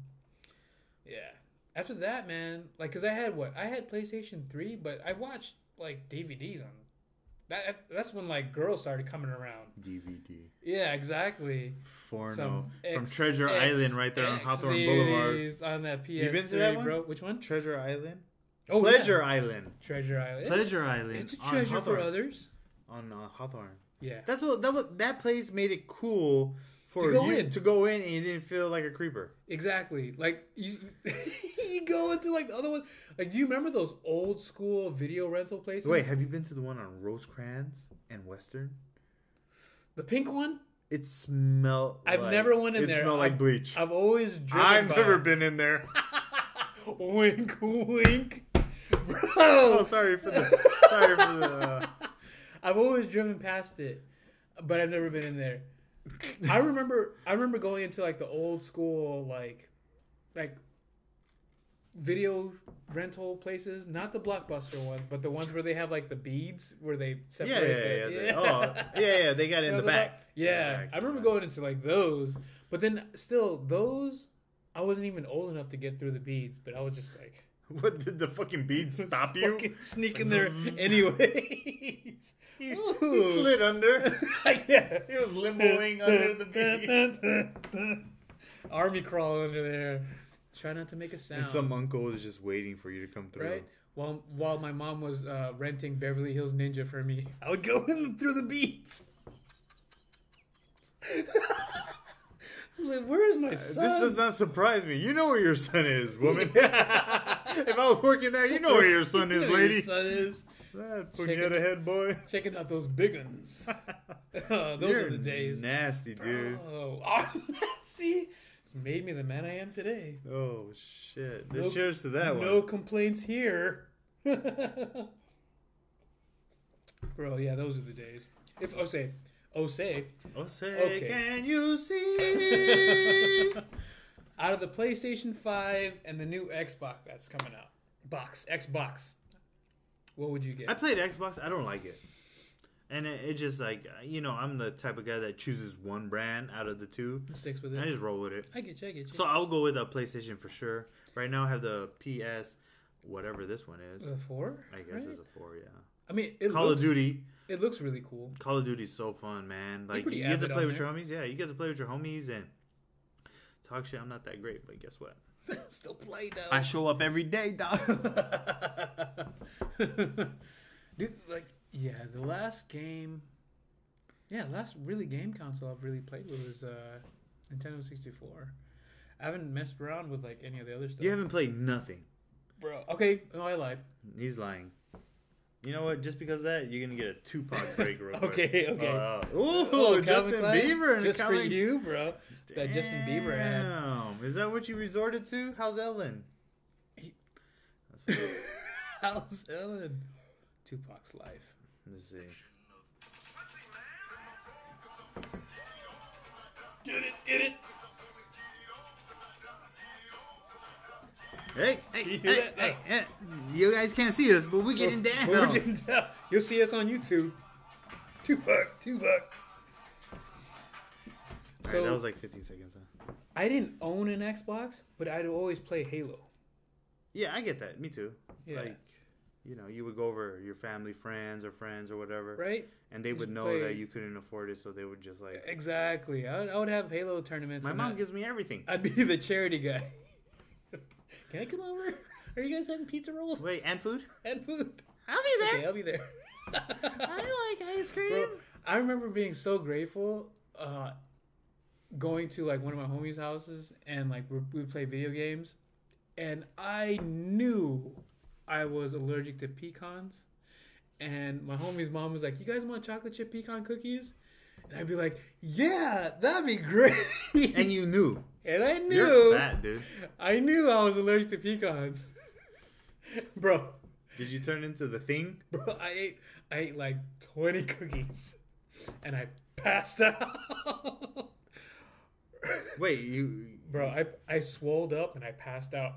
Speaker 2: Yeah. After that, man, like, cause I had what I had PlayStation Three, but I watched like DVDs on. That that's when like girls started coming around.
Speaker 1: DVD.
Speaker 2: Yeah, exactly.
Speaker 1: Forno.
Speaker 2: Some
Speaker 1: From
Speaker 2: X-
Speaker 1: Treasure
Speaker 2: X-
Speaker 1: Island right there on
Speaker 2: X
Speaker 1: Hawthorne Boulevard.
Speaker 2: series On that PS3,
Speaker 1: been to that one?
Speaker 2: bro. Which one?
Speaker 1: Treasure Island?
Speaker 2: Oh,
Speaker 1: Pleasure Island.
Speaker 2: yeah. Treasure Island.
Speaker 1: Pleasure Island.
Speaker 2: It's a treasure
Speaker 1: on
Speaker 2: for
Speaker 1: Hawthorne.
Speaker 2: others.
Speaker 1: On uh, Hawthorne.
Speaker 2: Yeah.
Speaker 1: That's what that was, that place made it cool for
Speaker 2: To go
Speaker 1: you
Speaker 2: in.
Speaker 1: to go in and you didn't feel like a creeper.
Speaker 2: Exactly. Like you, you go into like the other one. Like, do you remember those old school video rental places?
Speaker 1: Wait, have you been to the one on Rosecrans and Western?
Speaker 2: the pink one.
Speaker 1: It smelled.
Speaker 2: I've
Speaker 1: like-
Speaker 2: never went in
Speaker 1: it
Speaker 2: there.
Speaker 1: smelled like
Speaker 2: I've-
Speaker 1: bleach.
Speaker 2: I've always driven.
Speaker 1: I've
Speaker 2: by
Speaker 1: never
Speaker 2: it.
Speaker 1: been in there.
Speaker 2: wink, wink, bro.
Speaker 1: Oh, sorry for the sorry for the.
Speaker 2: I've always driven past it. but I've never been in there. I remember I remember going into like the old school like like video rental places, not the blockbuster ones, but the ones where they have like the beads where they
Speaker 1: Yeah,
Speaker 2: separate.
Speaker 1: yeah, yeah.
Speaker 2: the-
Speaker 1: they- oh, yeah, yeah. They got it in
Speaker 2: No,
Speaker 1: the
Speaker 2: no, no.
Speaker 1: back.
Speaker 2: Yeah,
Speaker 1: Back,
Speaker 2: I remember
Speaker 1: back.
Speaker 2: going into like those, but then still those. I wasn't even old enough to get through the beads, but I was just like
Speaker 1: What did the fucking bead stop you?
Speaker 2: fucking sneak in there anyways.
Speaker 1: He, he
Speaker 2: Ooh.
Speaker 1: slid under.
Speaker 2: yeah.
Speaker 1: He was limboing under the bead.
Speaker 2: Army crawl under there. Try not to make a sound.
Speaker 1: And some uncle was just waiting for you to come through.
Speaker 2: right? While while my mom was uh, renting Beverly Hills Ninja for me, I would go in through the beats. like, where is my son?
Speaker 1: Uh, This does not surprise me. You know where your son is, woman. if I was working there, you know where your son
Speaker 2: You
Speaker 1: is,
Speaker 2: know where
Speaker 1: lady.
Speaker 2: Your son is
Speaker 1: That
Speaker 2: Shaking-
Speaker 1: puñeta head boy.
Speaker 2: checking out those big uns. Uh, those
Speaker 1: You're
Speaker 2: are the days.
Speaker 1: Nasty, dude.
Speaker 2: Oh, I'm nasty. It's made me the man I am today.
Speaker 1: Oh shit.
Speaker 2: No-
Speaker 1: There's cheers to that
Speaker 2: no
Speaker 1: one.
Speaker 2: complaints here. Bro, yeah, those are the days. If oh say, oh say,
Speaker 1: Oh say
Speaker 2: Okay.
Speaker 1: can you see?
Speaker 2: out of the PlayStation Five and the new Xbox that's coming out, box Xbox, what would you get?
Speaker 1: I played Xbox, I don't like it. And it, it just like you know, I'm the type of guy that chooses one brand out of the two.
Speaker 2: Sticks with
Speaker 1: And I
Speaker 2: it.
Speaker 1: just roll with it.
Speaker 2: I get you. I get you.
Speaker 1: So I'll go with a PlayStation for sure. Right now I have the PS whatever this one is.
Speaker 2: Is it four?
Speaker 1: I guess
Speaker 2: Uh, right?
Speaker 1: it's a four, yeah.
Speaker 2: I mean, it
Speaker 1: Call
Speaker 2: looks,
Speaker 1: of Duty.
Speaker 2: it looks really cool.
Speaker 1: Call of Duty's so fun, man. Like
Speaker 2: pretty
Speaker 1: you get to
Speaker 2: avid
Speaker 1: play
Speaker 2: on
Speaker 1: with your homies. Yeah, you get to play with your homies and talk shit. I'm not that great, but guess what?
Speaker 2: Still play though.
Speaker 1: show up every day, dog.
Speaker 2: Dude, like, yeah, the last game, yeah, last really game console I've really played with was uh, Nintendo 64. I haven't messed around with like any of the other stuff,
Speaker 1: you haven't played nothing.
Speaker 2: bro. Okay, no, I lied.
Speaker 1: He's lying. You know what? Just because of that, you're gonna get a Tupac break real
Speaker 2: Okay,
Speaker 1: quick.
Speaker 2: okay. Oh,
Speaker 1: Uh, ooh, Justin
Speaker 2: Calvin Klein,
Speaker 1: Bieber and
Speaker 2: just
Speaker 1: Calvin.
Speaker 2: for you, bro. That Justin Bieber ad.
Speaker 1: Damn. Is that what you resorted to? How's Ellen?
Speaker 2: He-
Speaker 1: That's what-
Speaker 2: How's Ellen? Tupac's life.
Speaker 1: Let's see.
Speaker 2: Get it, get it.
Speaker 1: Hey, hey,
Speaker 2: You
Speaker 1: hey,
Speaker 2: hear
Speaker 1: hey,
Speaker 2: that?
Speaker 1: hey. You guys can't see us, but we're getting down.
Speaker 2: We're getting down. You'll see us on YouTube. Tupac, Tupac.
Speaker 1: All
Speaker 2: So
Speaker 1: right, that was like 15 seconds. Huh?
Speaker 2: I didn't own an Xbox, but I'd always play Halo.
Speaker 1: Yeah, I get that. Me too.
Speaker 2: Yeah.
Speaker 1: Like, you know, you would go over your family, friends, or friends, or whatever,
Speaker 2: Right?
Speaker 1: and they
Speaker 2: Just
Speaker 1: would know that
Speaker 2: play-
Speaker 1: you couldn't afford it, so they would just like.
Speaker 2: Exactly. I would, I would have Halo tournaments.
Speaker 1: My
Speaker 2: and
Speaker 1: mom
Speaker 2: I-
Speaker 1: gives me everything.
Speaker 2: I'd be the charity guy. Can I come over? Are you guys having pizza rolls
Speaker 1: Wait, and food?
Speaker 2: and food?
Speaker 1: I'll be there.
Speaker 2: Okay, I'll be there.
Speaker 1: I like ice cream.
Speaker 2: Bro, I remember being so grateful uh, going to like one of my homies' houses and like we we would play video games, and I knew I was allergic to pecans, and my homie's mom was like, "You guys want chocolate chip pecan cookies?" And I'd be like, "Yeah, that'd be great."
Speaker 1: And you knew.
Speaker 2: and I knew
Speaker 1: You're fat, dude.
Speaker 2: I knew I was allergic to pecans, bro.
Speaker 1: Did you turn into the thing?
Speaker 2: Bro, I ate I ate like twenty cookies, and I passed out.
Speaker 1: Wait, you.
Speaker 2: Bro, I I swolled up and I passed out.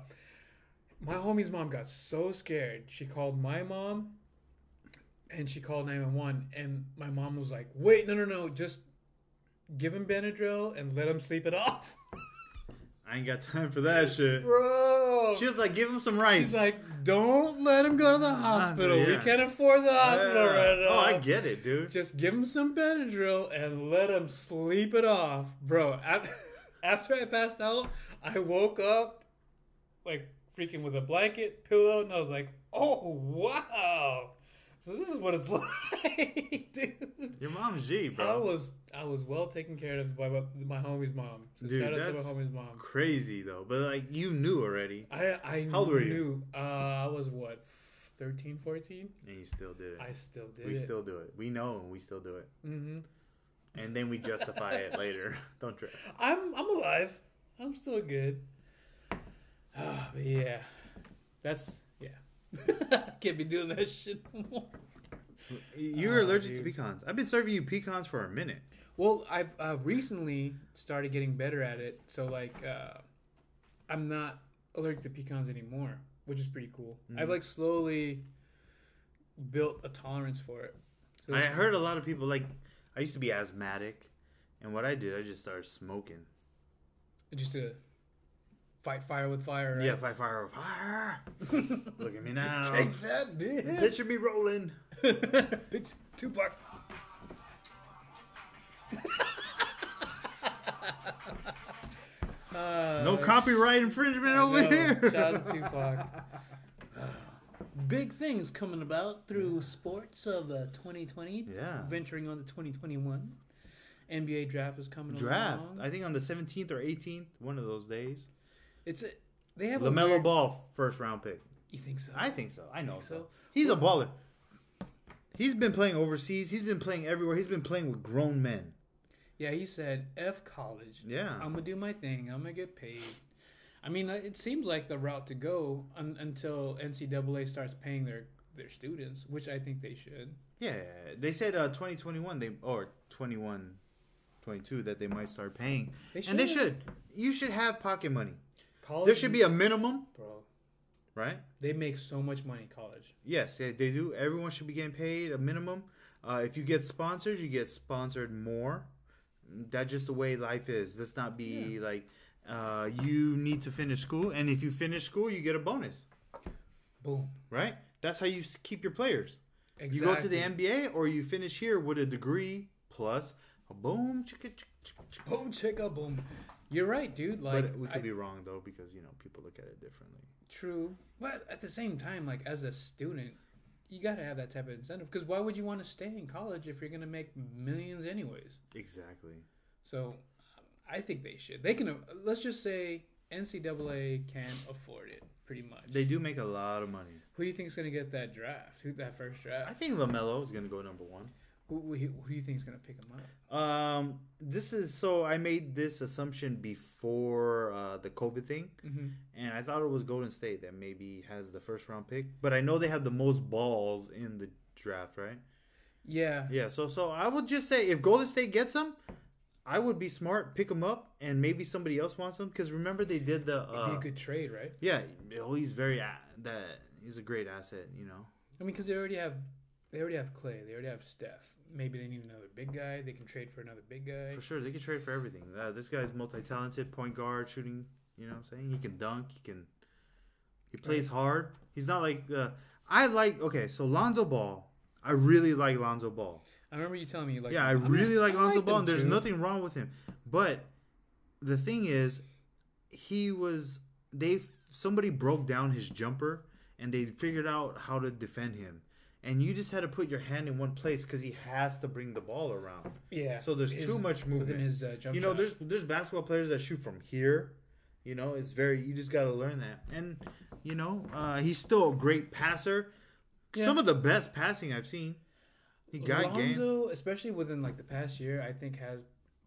Speaker 2: My homie's mom got so scared. She called my mom, and she called nine one one. And my mom was like, "Wait, no, no, no, just give him Benadryl and let him sleep it off,
Speaker 1: I ain't got time for that shit.
Speaker 2: bro."
Speaker 1: She was like, give him some rice.
Speaker 2: She's like, "Don't let him go to the hospital.
Speaker 1: yeah.
Speaker 2: We can't afford the
Speaker 1: Yeah.
Speaker 2: hospital right now."
Speaker 1: Oh, I get it, dude.
Speaker 2: Just give him some Benadryl and let him sleep it off, bro. af- After I passed out, I woke up like freaking with a blanket, pillow, and I was like, "Oh wow!" So this is what it's like, dude.
Speaker 1: Your mom's G, bro.
Speaker 2: I was I was well taken care of by my, my homie's mom. So
Speaker 1: Dude,
Speaker 2: shout out to my
Speaker 1: that's
Speaker 2: homie's mom.
Speaker 1: Crazy, though. But, like, you knew already,
Speaker 2: I I
Speaker 1: How old were you?
Speaker 2: knew uh, I was what 13, 14?
Speaker 1: and you still did it.
Speaker 2: I still did
Speaker 1: we
Speaker 2: it.
Speaker 1: still do it. Mm-hmm. We know, and we still do it.
Speaker 2: hmm
Speaker 1: and then we justify it later. Don't trip.
Speaker 2: I'm I'm alive. I'm still good. Ah, but yeah, that's yeah. Can't be doing that shit no more.
Speaker 1: You're
Speaker 2: Oh,
Speaker 1: allergic to
Speaker 2: dude.
Speaker 1: pecans. I've been serving you pecans for a minute.
Speaker 2: Well, I've uh, recently started getting better at it, so like uh, I'm not allergic to pecans anymore, which is pretty cool. I've like slowly built a tolerance for it. So
Speaker 1: I
Speaker 2: it's-
Speaker 1: heard a lot of people like I used to be asthmatic, and what I did, I just started smoking.
Speaker 2: just to fight fire with fire. Right?
Speaker 1: Yeah, fire, fire, fire. Look at me now.
Speaker 2: that,
Speaker 1: Picture me rolling.
Speaker 2: bitch. Tupac. uh,
Speaker 1: No copyright infringement over
Speaker 2: No,
Speaker 1: here.
Speaker 2: Shout out to Tupac. Big things coming about through sports of uh, 2020.
Speaker 1: Yeah.
Speaker 2: Venturing on to 2021. NBA draft is coming
Speaker 1: Draft.
Speaker 2: along.
Speaker 1: I think on the 17th or 18th, one of those days.
Speaker 2: It's a, they have a
Speaker 1: Lamelo
Speaker 2: weird-
Speaker 1: Ball, first round pick.
Speaker 2: You think so?
Speaker 1: I think so. I know
Speaker 2: Think
Speaker 1: so.
Speaker 2: so?
Speaker 1: He's a baller. He's been playing overseas. He's been playing everywhere. He's been playing with grown men.
Speaker 2: yeah, he said F college.
Speaker 1: Yeah.
Speaker 2: I'm gonna do my thing. I'm gonna get paid. I mean, uh, it seems like the route to go un- until NCAA starts paying their their students, which I think they should.
Speaker 1: Yeah, they said uh, 2021 they or 21 22 that they might start paying.
Speaker 2: They
Speaker 1: And they
Speaker 2: should. Oh,
Speaker 1: should. You should have pocket money.
Speaker 2: College,
Speaker 1: There should be a minimum,
Speaker 2: bro.
Speaker 1: right?
Speaker 2: They make so much money college.
Speaker 1: Yes, they they do. Everyone should be getting paid a minimum. Uh, if you get sponsored, you get sponsored more. That's just the way life is. Let's not be like uh, you need to finish school, and if you finish school, you get a bonus,
Speaker 2: Boom.
Speaker 1: right? That's how you s- keep your players.
Speaker 2: Exactly.
Speaker 1: You go to the NBA, or you finish here with a degree plus a boom. Chicka, chicka, chicka, chicka.
Speaker 2: Boom, chicka, boom. You're right, dude. Like,
Speaker 1: But we could
Speaker 2: I-
Speaker 1: be wrong though, because you know people look at it differently.
Speaker 2: true, but at the same time, like as a student, you gotta have that type of incentive. Because why would you want to stay in college if you're gonna make millions anyways?
Speaker 1: Exactly.
Speaker 2: So, I think they should. They can. Let's just say NCAA can afford it, pretty much.
Speaker 1: They do make a lot of money.
Speaker 2: who do you think is gonna get that draft? Who that first
Speaker 1: I
Speaker 2: draft?
Speaker 1: think Lamelo is gonna go number one.
Speaker 2: Who, who, who do you think is gonna pick him up?
Speaker 1: Um, this is so I made this assumption before uh, the COVID thing,
Speaker 2: Mhm.
Speaker 1: and I thought it was Golden State that maybe has the first round pick, but I know they have the most balls in the draft, right?
Speaker 2: Yeah,
Speaker 1: Yeah, so so I would just say if Golden State gets them, I would be smart, pick them up, and maybe somebody else wants them because remember they did the
Speaker 2: it'd be
Speaker 1: uh,
Speaker 2: a good trade, right?
Speaker 1: yeah, oh he's very a- that he's a great asset, you know.
Speaker 2: I mean, because they already have they already have Clay, they already have Steph. Maybe they need another big guy. They can trade for another big guy.
Speaker 1: For sure, they can trade for everything. Uh, this guy's multi-talented, point guard, shooting. You know what I'm saying? He can dunk. He can. He plays hard. He's not like uh, I like. Okay, so Lonzo Ball. I really like Lonzo Ball.
Speaker 2: I remember you telling me like
Speaker 1: yeah, I
Speaker 2: I'm
Speaker 1: really like
Speaker 2: I
Speaker 1: Lonzo
Speaker 2: like
Speaker 1: Ball.
Speaker 2: them
Speaker 1: And there's
Speaker 2: too.
Speaker 1: nothing wrong with him. But the thing is, he was they somebody broke down his jumper and they figured out how to defend him. And you just had to put your hand in one place because he has to bring the ball around.
Speaker 2: yeah.
Speaker 1: So there's
Speaker 2: his-
Speaker 1: too much movement.
Speaker 2: within his uh, jump.
Speaker 1: You know,
Speaker 2: shot.
Speaker 1: there's there's basketball players that shoot from here. You know, it's very you just got to learn that. And you know, uh, he's still a great passer.
Speaker 2: Yeah.
Speaker 1: Some of the best passing I've seen. He got game.
Speaker 2: Lonzo, especially within like the past year, I think has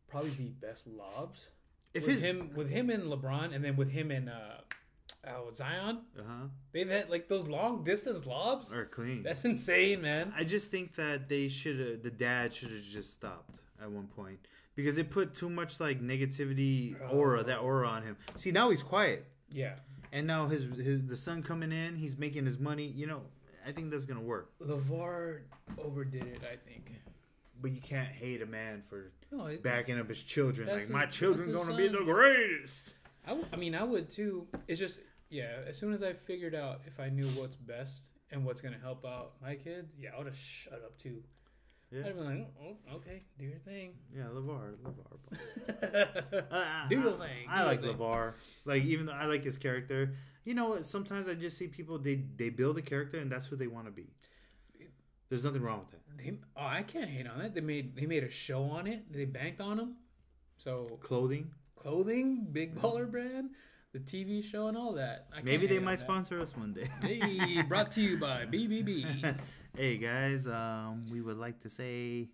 Speaker 2: probably the best lobs.
Speaker 1: If
Speaker 2: with
Speaker 1: his
Speaker 2: him with him and LeBron, and then with him and uh, oh, Zion,
Speaker 1: uh-huh,
Speaker 2: they've had like those long distance lobs.
Speaker 1: or clean.
Speaker 2: That's insane, man.
Speaker 1: I just think that they should the dad should have just stopped at one point because it put too much like negativity aura that aura on him. See, now he's quiet.
Speaker 2: Yeah,
Speaker 1: And now his, his the son coming in, he's making his money, you know, I think that's going to work.
Speaker 2: Levar overdid it. I think.
Speaker 1: But you can't hate a man for
Speaker 2: No, it,
Speaker 1: backing up his children.
Speaker 2: That's
Speaker 1: like
Speaker 2: his-
Speaker 1: my children
Speaker 2: that's his
Speaker 1: gonna be the
Speaker 2: son.
Speaker 1: greatest.
Speaker 2: I, w- I mean, I would too. It's just, yeah, as soon as I figured out if I knew what's best and what's going to help out my kids, yeah, I would have shut up too.
Speaker 1: Yeah.
Speaker 2: I'd have been like, oh, oh, okay, do your thing.
Speaker 1: Yeah, Levar, Levar. Ball. I-
Speaker 2: do your
Speaker 1: I-
Speaker 2: thing.
Speaker 1: Uh, I
Speaker 2: do
Speaker 1: like
Speaker 2: your thing.
Speaker 1: Levar. Like even though I like his character, you know, what, sometimes I just see people they they build a character and that's who they want to be. There's nothing wrong with that.
Speaker 2: They, oh, I can't hate on that. They made they made a show on it. They banked on them. So
Speaker 1: Clothing,
Speaker 2: clothing, big baller brand, the TV show, and all that. I can't
Speaker 1: maybe they
Speaker 2: hate on
Speaker 1: might
Speaker 2: that.
Speaker 1: sponsor us one day.
Speaker 2: Hey, brought to you by BBB.
Speaker 1: hey guys, um, we would like to say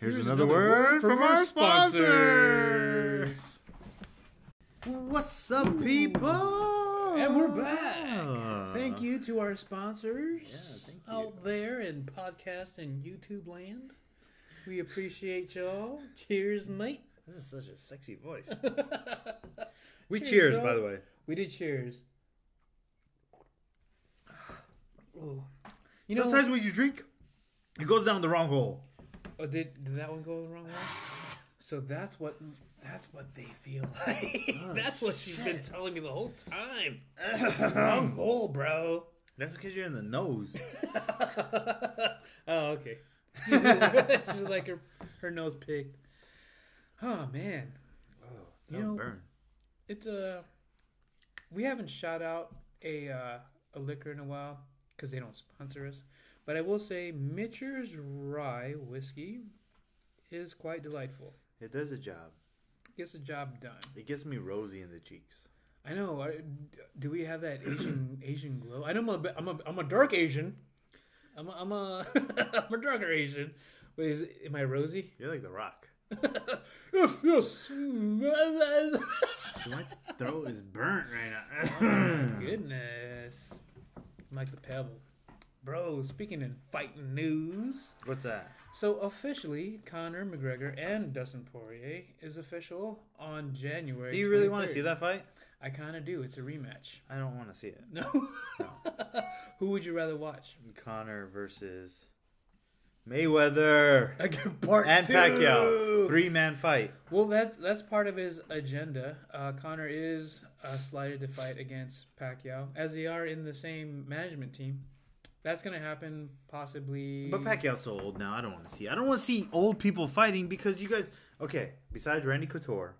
Speaker 1: here's, another, word from, our sponsors. What's up, people?
Speaker 2: And we're back.
Speaker 1: Ah.
Speaker 2: Thank you to our sponsors
Speaker 1: Yeah, thank you.
Speaker 2: out there in podcast and YouTube land. We appreciate y'all. Cheers, mate.
Speaker 1: This is such a sexy voice. we cheers, by the way.
Speaker 2: We did cheers. Ooh. You
Speaker 1: Sometimes
Speaker 2: know,
Speaker 1: when you drink, it goes down the wrong hole.
Speaker 2: oh, did, did that one go the wrong way? So that's what that's what they feel like. that's what she's been telling me the whole time. wrong hole, bro.
Speaker 1: That's because you're in the nose.
Speaker 2: oh, okay. She's like her, her nose picked. Oh man,
Speaker 1: That'll
Speaker 2: know-
Speaker 1: burn.
Speaker 2: it's uh, we haven't shot out a uh, a liquor in a while because they don't sponsor us. But I will say, Mitcher's Rye whiskey is quite delightful.
Speaker 1: It does a job.
Speaker 2: Gets the job done.
Speaker 1: It gets me rosy in the cheeks.
Speaker 2: I know. I- Do we have that Asian Asian glow? I know I'm a bit- I'm a, I'm a dark Asian. I'm a I'm a, I'm a darker Asian. But is am I rosy?
Speaker 1: You're like the rock.
Speaker 2: If you smell
Speaker 1: My throat is burnt right now.
Speaker 2: Goodness. Mike the Pebble. Bro, speaking in fighting news.
Speaker 1: What's that?
Speaker 2: So officially, Conor McGregor and Dustin Poirier is official on January.
Speaker 1: Do you really want to see
Speaker 2: 23rd.
Speaker 1: that fight?
Speaker 2: I kind of do. It's a rematch.
Speaker 1: I don't want to see it.
Speaker 2: No. Who would you rather watch?
Speaker 1: Connor versus Mayweather
Speaker 2: part
Speaker 1: and Pacquiao. Three man fight.
Speaker 2: Well, that's that's part of his agenda. Uh, Connor is uh, slated to fight against Pacquiao, as they are in the same management team. That's gonna happen possibly.
Speaker 1: But Pacquiao's so old now. I don't want to see. it. I don't want to see old people fighting because you guys. Okay, besides Randy Couture,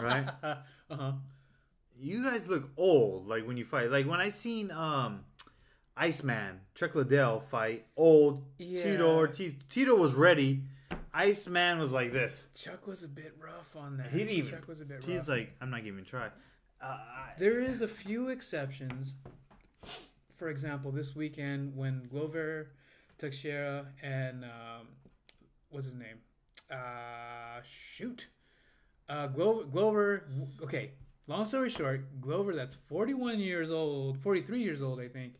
Speaker 1: right?
Speaker 2: uh huh.
Speaker 1: You guys look old. Like when you fight. Like when I seen um, Iceman Chuck Liddell fight old Tito
Speaker 2: Yeah.
Speaker 1: Ortiz. Tito was ready. Iceman was like this.
Speaker 2: Chuck was a bit rough on that.
Speaker 1: He didn't even.
Speaker 2: Chuck was a bit rough.
Speaker 1: He's like, I'm not giving a try. Uh, I-
Speaker 2: There is a few exceptions. For example, this weekend when Glover Teixeira and um, what's his name? Uh, shoot, uh, Glover. Glover. Okay. Long story short, Glover, that's 41 years old, 43 years old, I think,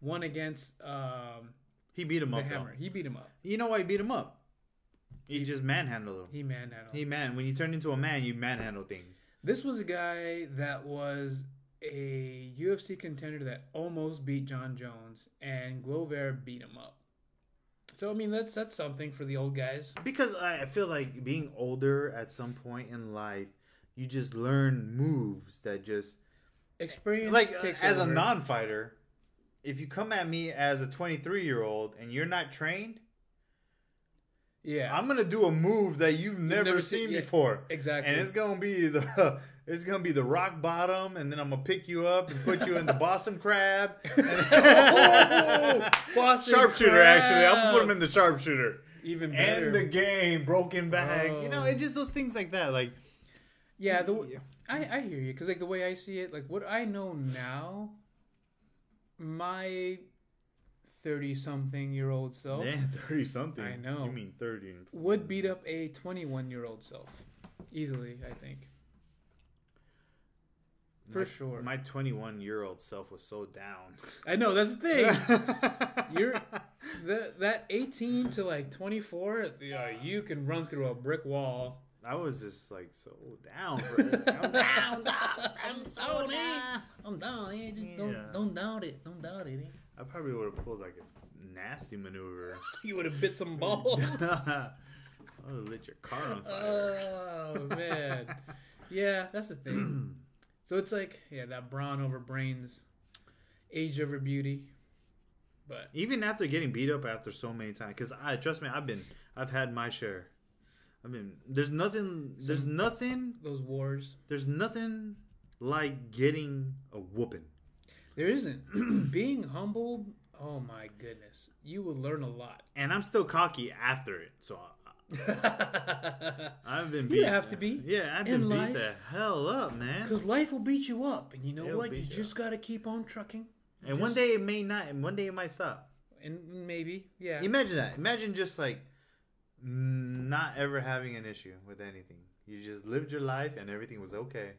Speaker 2: won against um,
Speaker 1: he beat him
Speaker 2: the
Speaker 1: up. though.
Speaker 2: Hammer. He beat him up.
Speaker 1: You know why he beat him up? He, just manhandled him.
Speaker 2: He manhandled.
Speaker 1: He, man, when you turn into a man, you manhandle things.
Speaker 2: This was a guy that was a UFC contender that almost beat John Jones, and Glover beat him up. So I mean, that's that's something for the old guys.
Speaker 1: Because I I feel like being older at some point in life, you just learn moves that just
Speaker 2: Experience
Speaker 1: like uh,
Speaker 2: takes
Speaker 1: as
Speaker 2: over.
Speaker 1: a non-fighter. If you come at me as a 23-year-old and you're not trained,
Speaker 2: yeah,
Speaker 1: I'm gonna do a move that you've never,
Speaker 2: never seen-
Speaker 1: seen
Speaker 2: yeah,
Speaker 1: before,
Speaker 2: exactly.
Speaker 1: and it's gonna be the it's gonna be the rock bottom, and then I'm gonna pick you up and put you in the Boston crab.
Speaker 2: Oh, Boston
Speaker 1: sharpshooter,
Speaker 2: Crab.
Speaker 1: actually, I'm gonna put him in the sharpshooter.
Speaker 2: even better.
Speaker 1: End the game, broken back. You know,
Speaker 2: Oh.
Speaker 1: it's just those things like that. Like
Speaker 2: yeah, the, w- I I hear you because like the way I see it, like what I know now, my thirty something year old self
Speaker 1: yeah, thirty something.
Speaker 2: I know.
Speaker 1: You mean thirty? And
Speaker 2: would beat up a 21 year old self easily i think for
Speaker 1: My-
Speaker 2: sure
Speaker 1: My twenty-one year old self was so down.
Speaker 2: i know that's the thing you're that that 18 to like 24 yeah, you can run through a brick wall
Speaker 1: I was just like so down. For it. I'm down.
Speaker 2: i'm so down i'm down eh? Just
Speaker 1: Yeah.
Speaker 2: don't, don't doubt it don't doubt it eh?
Speaker 1: I probably would have pulled like a nasty maneuver.
Speaker 2: you would have bit some balls
Speaker 1: I would have lit your car on fire.
Speaker 2: oh man yeah that's the thing so it's like yeah that brawn over brains age over beauty but
Speaker 1: Even after getting beat up after so many times, because I trust me, I've been, I've had my share. I mean, there's nothing, there's nothing,
Speaker 2: those wars.
Speaker 1: there's nothing like getting a whooping.
Speaker 2: There isn't. Being humble, oh my goodness. You will learn a lot.
Speaker 1: And I'm still cocky after it, so I,
Speaker 2: Because
Speaker 1: I've been beat.
Speaker 2: You have to be.
Speaker 1: Yeah, I've
Speaker 2: In
Speaker 1: been beat
Speaker 2: life.
Speaker 1: the hell up, man.
Speaker 2: life will beat you up. And you know
Speaker 1: It'll
Speaker 2: what?
Speaker 1: beat
Speaker 2: You
Speaker 1: you
Speaker 2: just got to keep on trucking.
Speaker 1: And one day it may not, and one day it might stop.
Speaker 2: And maybe, yeah.
Speaker 1: Imagine that. Imagine just like not ever having an issue with anything. You just lived your life and everything was okay.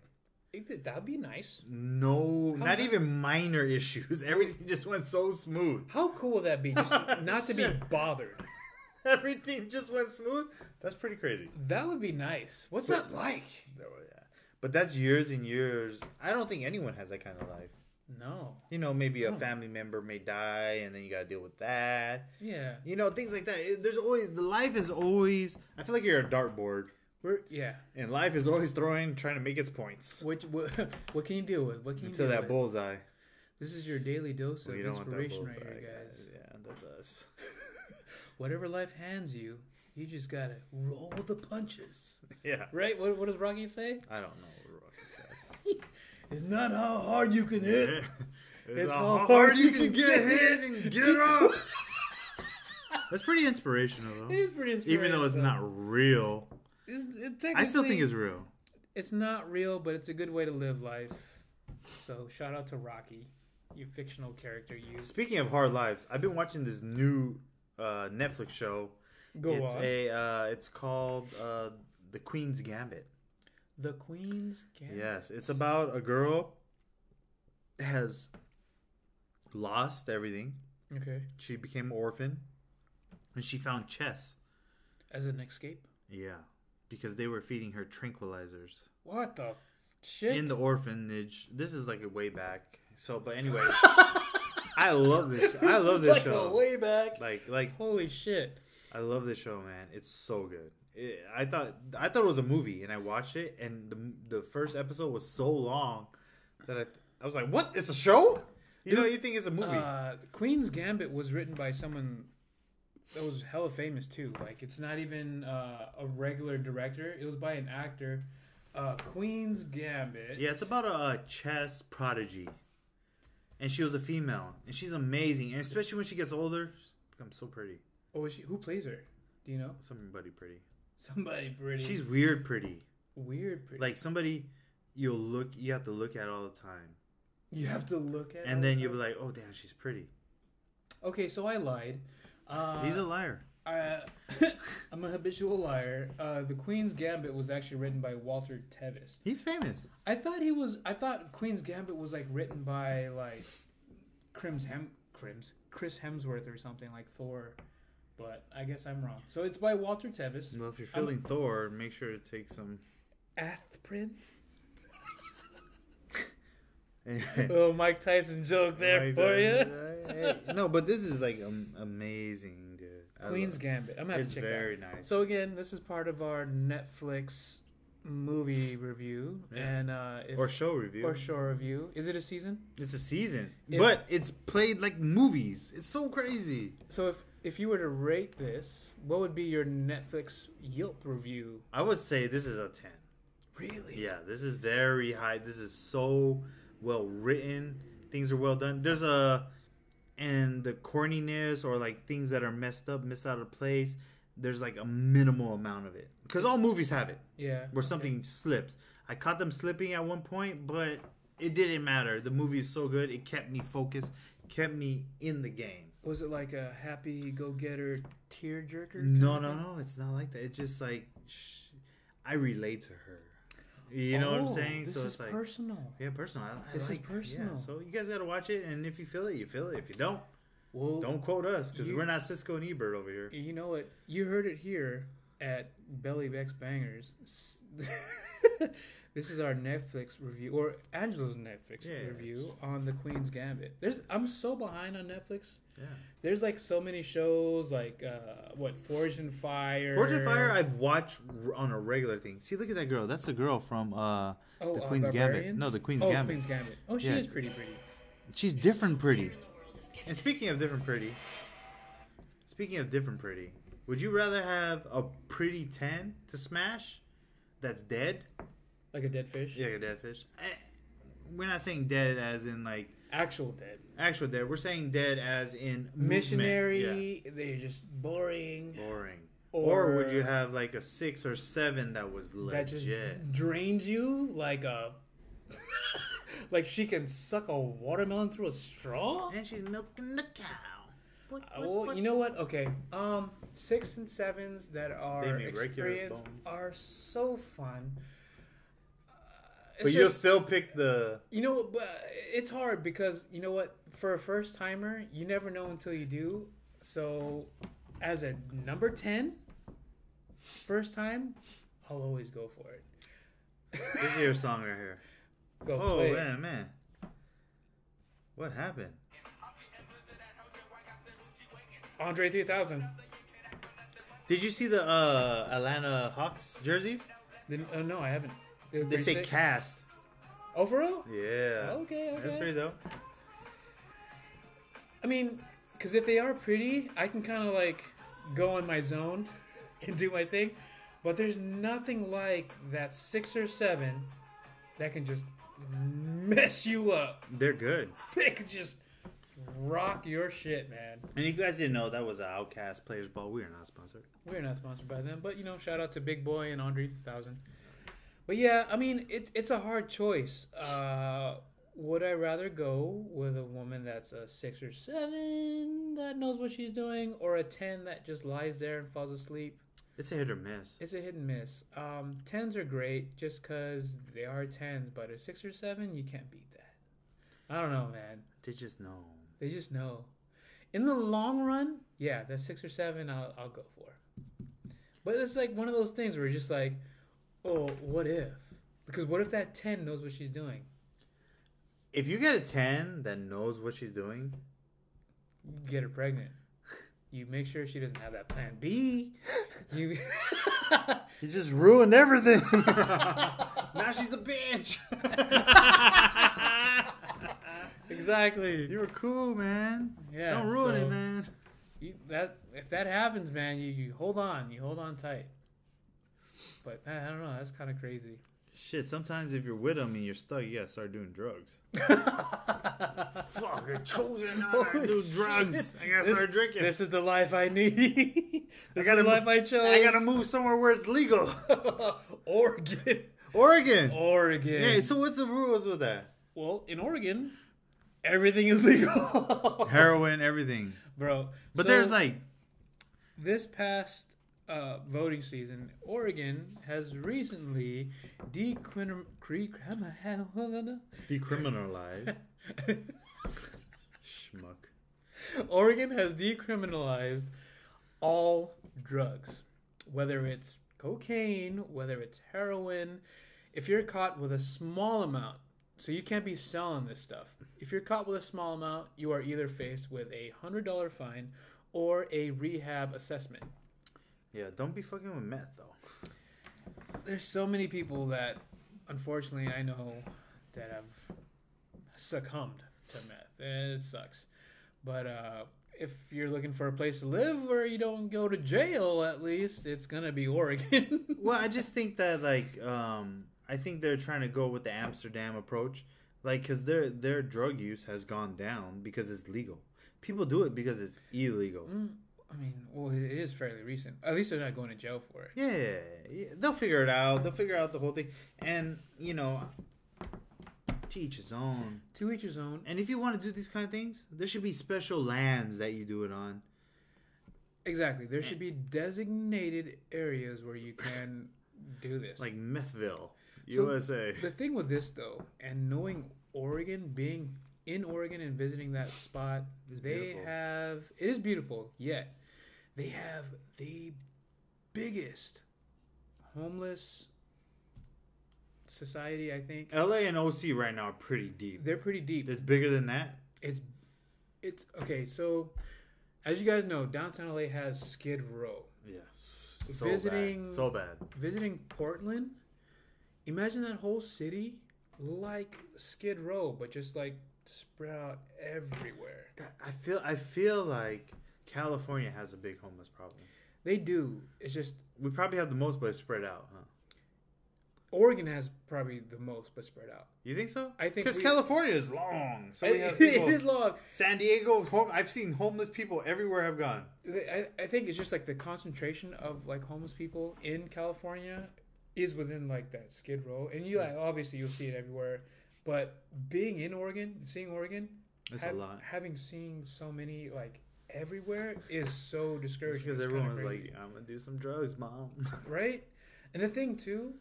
Speaker 2: That'd be nice.
Speaker 1: No,
Speaker 2: How
Speaker 1: not
Speaker 2: the-
Speaker 1: even minor issues. Everything just went so smooth.
Speaker 2: How cool would that be? Just not to be bothered.
Speaker 1: Everything just went smooth. That's pretty crazy.
Speaker 2: That would be nice. What's
Speaker 1: But-
Speaker 2: that like?
Speaker 1: No, yeah. But that's years and years. I don't think anyone has that kind of life.
Speaker 2: No.
Speaker 1: You know, maybe a
Speaker 2: No.
Speaker 1: family member may die, and then you gotta deal with that.
Speaker 2: Yeah.
Speaker 1: You know, things like that. It- There's always the life is always. I feel like you're a dartboard,
Speaker 2: We're yeah.
Speaker 1: and life is always throwing, trying to make its points
Speaker 2: What, what what can you deal with? What can you
Speaker 1: until
Speaker 2: deal
Speaker 1: that
Speaker 2: with?
Speaker 1: bullseye.
Speaker 2: This is your daily dose of
Speaker 1: We don't want that
Speaker 2: inspiration
Speaker 1: bullseye,
Speaker 2: right here, guys.
Speaker 1: guys. Yeah, that's us.
Speaker 2: Whatever life hands you, you just gotta roll with the punches.
Speaker 1: Yeah,
Speaker 2: Right? What, what does Rocky say?
Speaker 1: I don't know what Rocky says.
Speaker 2: It's not how hard you can
Speaker 1: Yeah.
Speaker 2: hit.
Speaker 1: It's
Speaker 2: It's
Speaker 1: how
Speaker 2: how
Speaker 1: hard
Speaker 2: hard
Speaker 1: you
Speaker 2: you
Speaker 1: can
Speaker 2: can
Speaker 1: get
Speaker 2: get
Speaker 1: hit and get up. That's pretty inspirational,
Speaker 2: It
Speaker 1: though.
Speaker 2: is pretty inspiring.
Speaker 1: Even though it's
Speaker 2: though.
Speaker 1: not real,
Speaker 2: It's, it
Speaker 1: I still think
Speaker 2: technically-
Speaker 1: it's real.
Speaker 2: it's not real, but it's a good way to live life. So shout out to Rocky, you fictional character. You
Speaker 1: Speaking of hard lives, I've been watching this new uh, Netflix show.
Speaker 2: go
Speaker 1: it's
Speaker 2: on.
Speaker 1: a uh, it's called uh, The Queen's Gambit.
Speaker 2: the Queen's Gambit.
Speaker 1: Yes, it's about a girl has lost everything.
Speaker 2: Okay.
Speaker 1: She became an orphan, and she found chess.
Speaker 2: As an escape.
Speaker 1: Yeah, because they were feeding her tranquilizers.
Speaker 2: What the shit?
Speaker 1: in the orphanage. This is like a way back. So, but anyway, I love this. I love this
Speaker 2: like
Speaker 1: show.
Speaker 2: a way back.
Speaker 1: Like, like
Speaker 2: Holy shit!
Speaker 1: I love this show, man. It's so good. It, I thought I thought it was a movie, and I watched it, and the the first episode was so long that I I was like, "What? It's a show? You know, you think it's a movie?
Speaker 2: Uh, Queen's Gambit was written by someone that was hella famous too. Like it's not even uh, a regular director. It was by an actor. Uh, Queen's Gambit.
Speaker 1: yeah, it's about a, uh chess prodigy, and she was a female, and she's amazing, and especially when she gets older, she becomes so pretty.
Speaker 2: Oh, is she, who plays her? Do you know?
Speaker 1: Somebody pretty.
Speaker 2: Somebody pretty.
Speaker 1: She's weird pretty.
Speaker 2: weird. Pretty.
Speaker 1: like somebody you'll look you have to look at all the time
Speaker 2: You have to look at.
Speaker 1: and then you'll be like oh damn she's pretty
Speaker 2: okay, so I lied. Uh,
Speaker 1: he's a liar
Speaker 2: uh, I'm a habitual liar. Uh, the Queen's Gambit was actually written by Walter Tevis.
Speaker 1: he's famous
Speaker 2: I thought he was. I thought Queen's Gambit was like written by like, Crims Hem Crims Chris Hemsworth or something like Thor, but I guess I'm wrong. So it's by Walter Tevis.
Speaker 1: well if you're feeling thor make sure to take some
Speaker 2: Athprin.
Speaker 1: anyway,
Speaker 2: Oh, Mike Tyson joke there
Speaker 1: like,
Speaker 2: for
Speaker 1: uh,
Speaker 2: you.
Speaker 1: hey, no but this is like um, amazing dude I
Speaker 2: Queen's
Speaker 1: love-
Speaker 2: Gambit. I'm gonna have
Speaker 1: it's
Speaker 2: to check that.
Speaker 1: very nice
Speaker 2: So again, this is part of our Netflix movie review
Speaker 1: Yeah.
Speaker 2: and uh, if,
Speaker 1: or show review
Speaker 2: or show review. Is it a season?
Speaker 1: it's a season
Speaker 2: If-
Speaker 1: but it's played like movies it's so crazy
Speaker 2: So if if you were to rate this, what would be your Netflix Yelp review?
Speaker 1: i would say this is a 10
Speaker 2: Really?
Speaker 1: Yeah, this is very high. This is so well written. Things are well done. There's a and the corniness or like things that are messed up, missed out of place. There's like a minimal amount of it because all movies have it
Speaker 2: Yeah.
Speaker 1: where something slips. I caught them slipping at one point, but it didn't matter. The movie is so good; it kept me focused, kept me in the game.
Speaker 2: Was it like a happy go getter tear jerker?
Speaker 1: No, no, no, it's not like that. It's just like sh- I relate to her. You know what I'm saying?
Speaker 2: Oh, This
Speaker 1: So
Speaker 2: is
Speaker 1: it's like
Speaker 2: personal.
Speaker 1: Yeah, personal. I, I
Speaker 2: This is
Speaker 1: like, Yeah.
Speaker 2: personal.
Speaker 1: So you guys gotta watch it, and if you feel it, you feel it. If you don't,
Speaker 2: Well,
Speaker 1: don't quote us because
Speaker 2: You-
Speaker 1: we're not Cisco and Ebert over here.
Speaker 2: You know what? You heard it here at Belly Bex Bangers. S- this is our Netflix review, or Angela's Netflix
Speaker 1: Yeah.
Speaker 2: review on The Queen's Gambit. There's, I'm so behind on Netflix.
Speaker 1: Yeah.
Speaker 2: There's like so many shows, like uh, what Forge and Fire.
Speaker 1: Fortune Fire, I've watched r- on a regular thing. See, look at that girl. That's the girl from uh, the
Speaker 2: uh,
Speaker 1: Queen's Gambit.
Speaker 2: Barbarians?
Speaker 1: No, the Queen's
Speaker 2: oh,
Speaker 1: Gambit.
Speaker 2: Queen's Gambit. Oh, she
Speaker 1: Yeah.
Speaker 2: is pretty pretty.
Speaker 1: She's different, pretty.
Speaker 3: The world is
Speaker 1: And speaking of different, pretty. Speaking of different, pretty. Would you rather have a pretty ten to smash, that's dead?
Speaker 2: Like a dead fish.
Speaker 1: Yeah, a dead fish. Eh, We're not saying dead as in like
Speaker 2: Actual dead.
Speaker 1: actual dead. We're saying dead as in movement. Yeah.
Speaker 2: Missionary. They're just boring.
Speaker 1: boring. Or, would you
Speaker 2: Or-
Speaker 1: have like a six or seven that was legit?
Speaker 2: that just drains you like a like she can suck a watermelon through a straw
Speaker 1: And she's milking the cow.
Speaker 2: Uh, well you know what okay um six and sevens that are
Speaker 1: They may break your
Speaker 2: experienced
Speaker 1: bones.
Speaker 2: are so fun Uh,
Speaker 1: But you'll still pick the.
Speaker 2: You know, what, but it's hard because you know what? For a first timer, you never know until you do. So, as a number ten, first time, I'll always go for it.
Speaker 1: This is your song right here.
Speaker 2: Go
Speaker 1: Oh
Speaker 2: play. it.
Speaker 1: man, man. What happened?
Speaker 2: Andre 3000.
Speaker 1: Did you see the uh, Atlanta Hawks jerseys?
Speaker 2: Didn't, oh, no, I haven't. They,
Speaker 1: They say cast.
Speaker 2: Oh, for real?
Speaker 1: Yeah.
Speaker 2: Oh, Okay,
Speaker 1: That's
Speaker 2: okay.
Speaker 1: pretty dope.
Speaker 2: I mean, because if they are pretty, I can kind of like go in my zone and do my thing. But there's nothing like that six or seven that can just mess you up.
Speaker 1: They're good.
Speaker 2: They can just rock your shit, man.
Speaker 1: And if you guys didn't know, that was an Outcast Players Ball. We are not sponsored.
Speaker 2: We're not sponsored by them, but you know, shout out to Big Boy and Andre 3000. But yeah, I mean, it, it's a hard choice. Uh, would I rather go with a woman that's a six or seven that knows what she's doing, or a ten that just lies there and falls asleep?
Speaker 1: It's a hit or miss.
Speaker 2: It's a hit and miss. Um, tens are great just because they are tens, but a six or seven, you can't beat that. I don't know, man.
Speaker 1: They just know.
Speaker 2: They just know. In the long run, yeah, that six or seven, I'll, I'll go for. But it's like one of those things where you're just like, oh, what if? Because what if that ten knows what she's doing?
Speaker 1: If you get a ten that knows what she's doing,
Speaker 2: You get her pregnant. You make sure she doesn't have that plan B. You.
Speaker 1: you just ruined everything. now she's a bitch.
Speaker 2: exactly.
Speaker 1: you were cool, man.
Speaker 2: Yeah,
Speaker 1: Don't ruin
Speaker 2: so-
Speaker 1: it, man.
Speaker 2: You, that if that happens, man, you, you hold on, you hold on tight. But I I don't know. That's kind of crazy.
Speaker 1: Shit. Sometimes if you're with them and you're stuck, you gotta start doing drugs. Fuck, I chose her not to
Speaker 2: Holy
Speaker 1: do
Speaker 2: shit.
Speaker 1: drugs. I gotta start drinking.
Speaker 2: This is the life I need. this
Speaker 1: gotta
Speaker 2: is the life
Speaker 1: mo-
Speaker 2: I chose.
Speaker 1: I gotta move somewhere where it's legal.
Speaker 2: Oregon.
Speaker 1: Oregon.
Speaker 2: Oregon.
Speaker 1: Hey, so what's the rules with that?
Speaker 2: well, in Oregon, everything is legal.
Speaker 1: Heroin, everything.
Speaker 2: Bro.
Speaker 1: But
Speaker 2: so
Speaker 1: there's like
Speaker 2: This past uh, voting season, Oregon has recently decrimin- cre-
Speaker 1: decriminalized. Schmuck.
Speaker 2: Oregon has decriminalized all drugs, whether it's cocaine, whether it's heroin. If you're caught with a small amount, so you can't be selling this stuff. If you're caught with a small amount, you are either faced with a $100 fine or a rehab assessment.
Speaker 1: Yeah, don't be fucking with meth though.
Speaker 2: There's so many people that, unfortunately, I know that have succumbed to meth, and it sucks. But uh, if you're looking for a place to live where you don't go to jail, at least it's gonna be Oregon.
Speaker 1: Well, I just think that like um I think they're trying to go with the Amsterdam approach. Like cuz their their drug use has gone down because it's legal. People do it because it's illegal.
Speaker 2: Mm. I mean, well, it is fairly recent. At least they're not going to jail for it.
Speaker 1: Yeah, yeah, they'll figure it out. They'll figure out the whole thing. And, you know, teach his own.
Speaker 2: To each his own.
Speaker 1: And if you want to do these kind of things, there should be special lands that you do it on.
Speaker 2: Exactly. There should be designated areas where you can do this.
Speaker 1: Like Methville,
Speaker 2: So-
Speaker 1: USA.
Speaker 2: The thing with this though, and knowing Oregon, being in Oregon and visiting that spot,
Speaker 1: It's
Speaker 2: they
Speaker 1: beautiful.
Speaker 2: have it is beautiful. Yet they have the biggest homeless society. I think
Speaker 1: LA and OC right now are pretty deep.
Speaker 2: they're pretty deep.
Speaker 1: It's bigger than that.
Speaker 2: It's it's okay. So as you guys know, downtown LA has Skid Row.
Speaker 1: Yes. So
Speaker 2: Visiting-
Speaker 1: bad. So bad.
Speaker 2: visiting Portland, imagine that whole city like Skid Row, but just like spread out everywhere.
Speaker 1: That- I feel I feel like California has a big homeless problem.
Speaker 2: They do. It's just
Speaker 1: We probably have the most, but it's spread out, huh?
Speaker 2: Oregon has probably the most, but spread out.
Speaker 1: You think so?
Speaker 2: I think
Speaker 1: because
Speaker 2: we-
Speaker 1: California is long, so we have people.
Speaker 2: it is long.
Speaker 1: San Diego, home, I've seen homeless people everywhere I've gone.
Speaker 2: I, I think it's just like the concentration of like homeless people in California is within like that Skid Row, and you like, obviously you'll see it everywhere. But being in Oregon, seeing Oregon,
Speaker 1: That's a lot.
Speaker 2: Having seen so many like everywhere is so
Speaker 1: It's
Speaker 2: discouraging.
Speaker 1: because
Speaker 2: It's kinda
Speaker 1: everyone was
Speaker 2: crazy.
Speaker 1: like, "I'm gonna do some drugs, mom."
Speaker 2: right? And the thing too,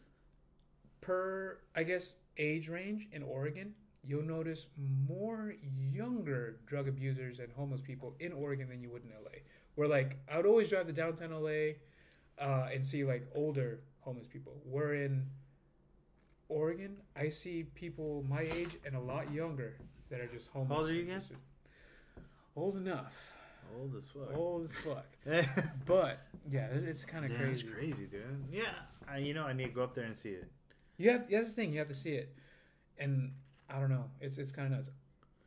Speaker 2: per I guess age range in Oregon, you'll notice more younger drug abusers and homeless people in Oregon than you would in LA. Where like I would always drive to downtown LA uh, and see like older homeless people. Where in Oregon, I see people my age and a lot younger that are just homeless.
Speaker 1: How old are you
Speaker 2: and
Speaker 1: again?
Speaker 2: just- Old enough.
Speaker 1: Old as fuck.
Speaker 2: Old as fuck.
Speaker 1: Damn,
Speaker 2: But yeah, it's, it's kind of
Speaker 1: that's
Speaker 2: crazy.
Speaker 1: crazy, dude. Yeah, I, you know I need to go up there and see it.
Speaker 2: You have that's the thing. You have to see it, and I don't know. It's it's kind of nuts.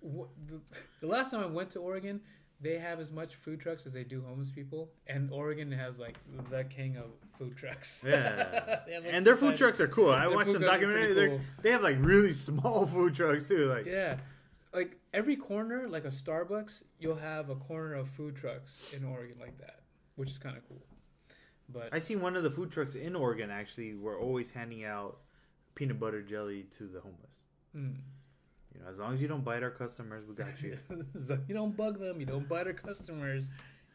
Speaker 2: What, the, the last time I went to Oregon, they have as much food trucks as they do homeless people, and Oregon has like the king of food trucks.
Speaker 1: Yeah,
Speaker 2: They have, like,
Speaker 1: and their food
Speaker 2: society-
Speaker 1: trucks are cool. I
Speaker 2: Their
Speaker 1: watched
Speaker 2: food
Speaker 1: some
Speaker 2: trucks are
Speaker 1: documentary.
Speaker 2: pretty
Speaker 1: They're
Speaker 2: cool.
Speaker 1: They have like really small food trucks too. Like
Speaker 2: Yeah, like every corner, like a Starbucks, you'll have a corner of food trucks in Oregon like that, which is kind of cool. But
Speaker 1: I seen one of the food trucks in Oregon actually were always handing out peanut butter jelly to the homeless.
Speaker 2: mm.
Speaker 1: You know, as long as you don't bite our customers, we got you.
Speaker 2: So you don't bug them. You don't bite our customers.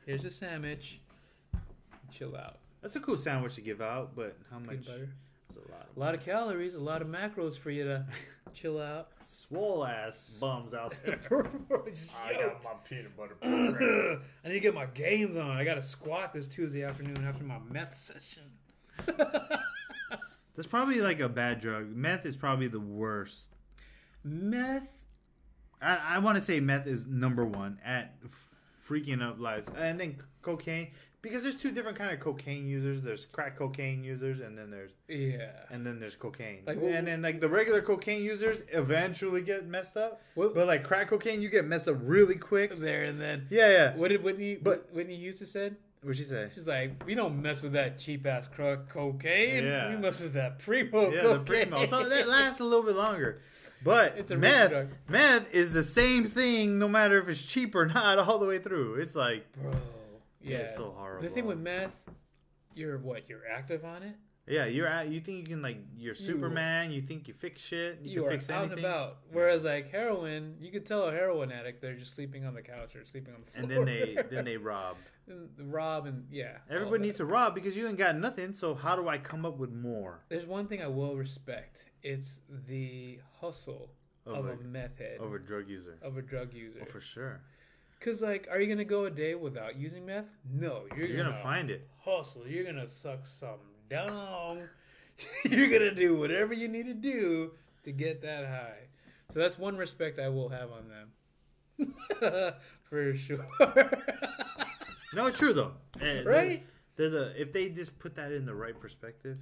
Speaker 2: Here's a sandwich. Chill out.
Speaker 1: That's a cool sandwich to give out, but how much?
Speaker 2: Peanut butter.
Speaker 1: It's a lot.
Speaker 2: A lot of calories, a lot of macros for you to chill out.
Speaker 1: Of swole ass bums out there.
Speaker 2: I,
Speaker 1: my peanut butter.
Speaker 2: I need to get my gains on. I got to squat this Tuesday afternoon after my meth session.
Speaker 1: That's probably like a bad drug. Meth is probably the worst.
Speaker 2: Meth.
Speaker 1: I, I want to say meth is number one at f- freaking up lives, and then cocaine because there's two different kind of cocaine users. There's crack cocaine users, and then there's
Speaker 2: Yeah.
Speaker 1: and then there's cocaine.
Speaker 2: Like, what-
Speaker 1: and then like the regular cocaine users eventually get messed up,
Speaker 2: What-
Speaker 1: but like crack cocaine, you get messed up really quick.
Speaker 2: There and then.
Speaker 1: Yeah, yeah.
Speaker 2: What did Whitney?
Speaker 1: But-
Speaker 2: But Whitney Houston said
Speaker 1: What'd she say?
Speaker 2: she's like, we don't mess with that cheap ass crack cocaine.
Speaker 1: Yeah.
Speaker 2: We mess with that primo
Speaker 1: Yeah, the
Speaker 2: cocaine.
Speaker 1: primo. So that lasts a little bit longer. But
Speaker 2: It's a rich
Speaker 1: meth,
Speaker 2: drug.
Speaker 1: meth is the same thing, no matter if it's cheap or not, all the way through. It's like,
Speaker 2: Bro. Yeah.
Speaker 1: it's so horrible.
Speaker 2: The thing with meth, you're what? You're active on it.
Speaker 1: yeah, you're at, you think you can like, you're Superman. You think you fix shit. You,
Speaker 2: you,
Speaker 1: can
Speaker 2: are
Speaker 1: fix
Speaker 2: out
Speaker 1: anything.
Speaker 2: and about. Whereas like heroin, you could tell a heroin addict they're just sleeping on the couch or sleeping on the
Speaker 1: And
Speaker 2: floor.
Speaker 1: then they then they rob.
Speaker 2: And the rob and yeah. all
Speaker 1: Everybody
Speaker 2: that.
Speaker 1: needs to rob because you ain't got nothing. So how do I come up with more?
Speaker 2: There's one thing I will respect. It's the hustle
Speaker 1: Of
Speaker 2: of,
Speaker 1: a-
Speaker 2: a meth head,
Speaker 1: Over drug user.
Speaker 2: of a drug user.
Speaker 1: Oh, for sure.
Speaker 2: Cause like, are you gonna go a day without using meth? No, you're,
Speaker 1: You're gonna find it.
Speaker 2: hustle. You're gonna suck some down. you're gonna do whatever you need to do to get that high. So that's one respect I will have on them, for sure.
Speaker 1: No, it's true though. Eh, they're-
Speaker 2: Right?
Speaker 1: They're the if they just put that in the right perspective,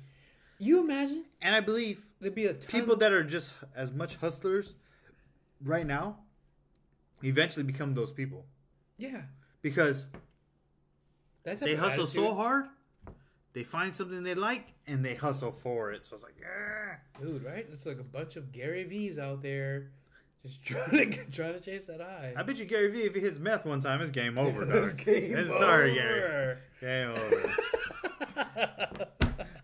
Speaker 2: You imagine
Speaker 1: and I believe
Speaker 2: there'd be a ton
Speaker 1: people that are just as much hustlers right now eventually become those people
Speaker 2: yeah,
Speaker 1: because
Speaker 2: that's
Speaker 1: they hustle so hard they find something they like and they hustle for it so it's like ah.
Speaker 2: dude. Right? It's like a bunch of Gary V's out there just trying to trying to chase that high.
Speaker 1: i bet you gary vee if he hits meth one time it's game over dog. It's- sorry gary game over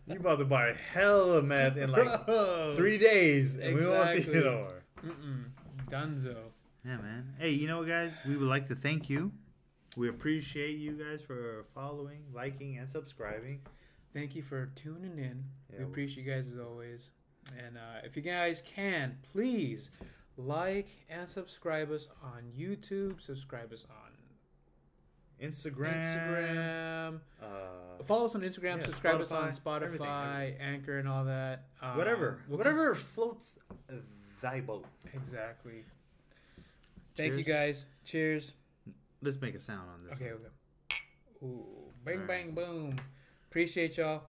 Speaker 1: you about to buy hella meth in like
Speaker 2: Bro.
Speaker 1: three days and we won't see
Speaker 2: Exactly.
Speaker 1: you no more
Speaker 2: Mm-mm. Dunzo.
Speaker 1: Yeah, man. Hey, you know what, guys? We would like to thank you. We appreciate you guys for following, liking, and subscribing.
Speaker 2: Thank you for tuning in.
Speaker 1: Yeah,
Speaker 2: we
Speaker 1: we-
Speaker 2: appreciate you guys as always. And uh, if you guys can, please like and subscribe us on YouTube. Subscribe us on
Speaker 1: Instagram.
Speaker 2: Instagram.
Speaker 1: Uh,
Speaker 2: Follow us on Instagram.
Speaker 1: Yeah,
Speaker 2: subscribe us on
Speaker 1: Spotify,
Speaker 2: Spotify,
Speaker 1: everything,
Speaker 2: Anchor, and all that. Um,
Speaker 1: whatever.
Speaker 2: we'll-
Speaker 1: whatever floats thy boat.
Speaker 2: Exactly. Thank you
Speaker 1: Cheers.
Speaker 2: guys. Cheers.
Speaker 1: Let's make a sound on this.
Speaker 2: Okay. okay. Ooh, bang,
Speaker 1: Alright.
Speaker 2: bang, boom. Appreciate y'all.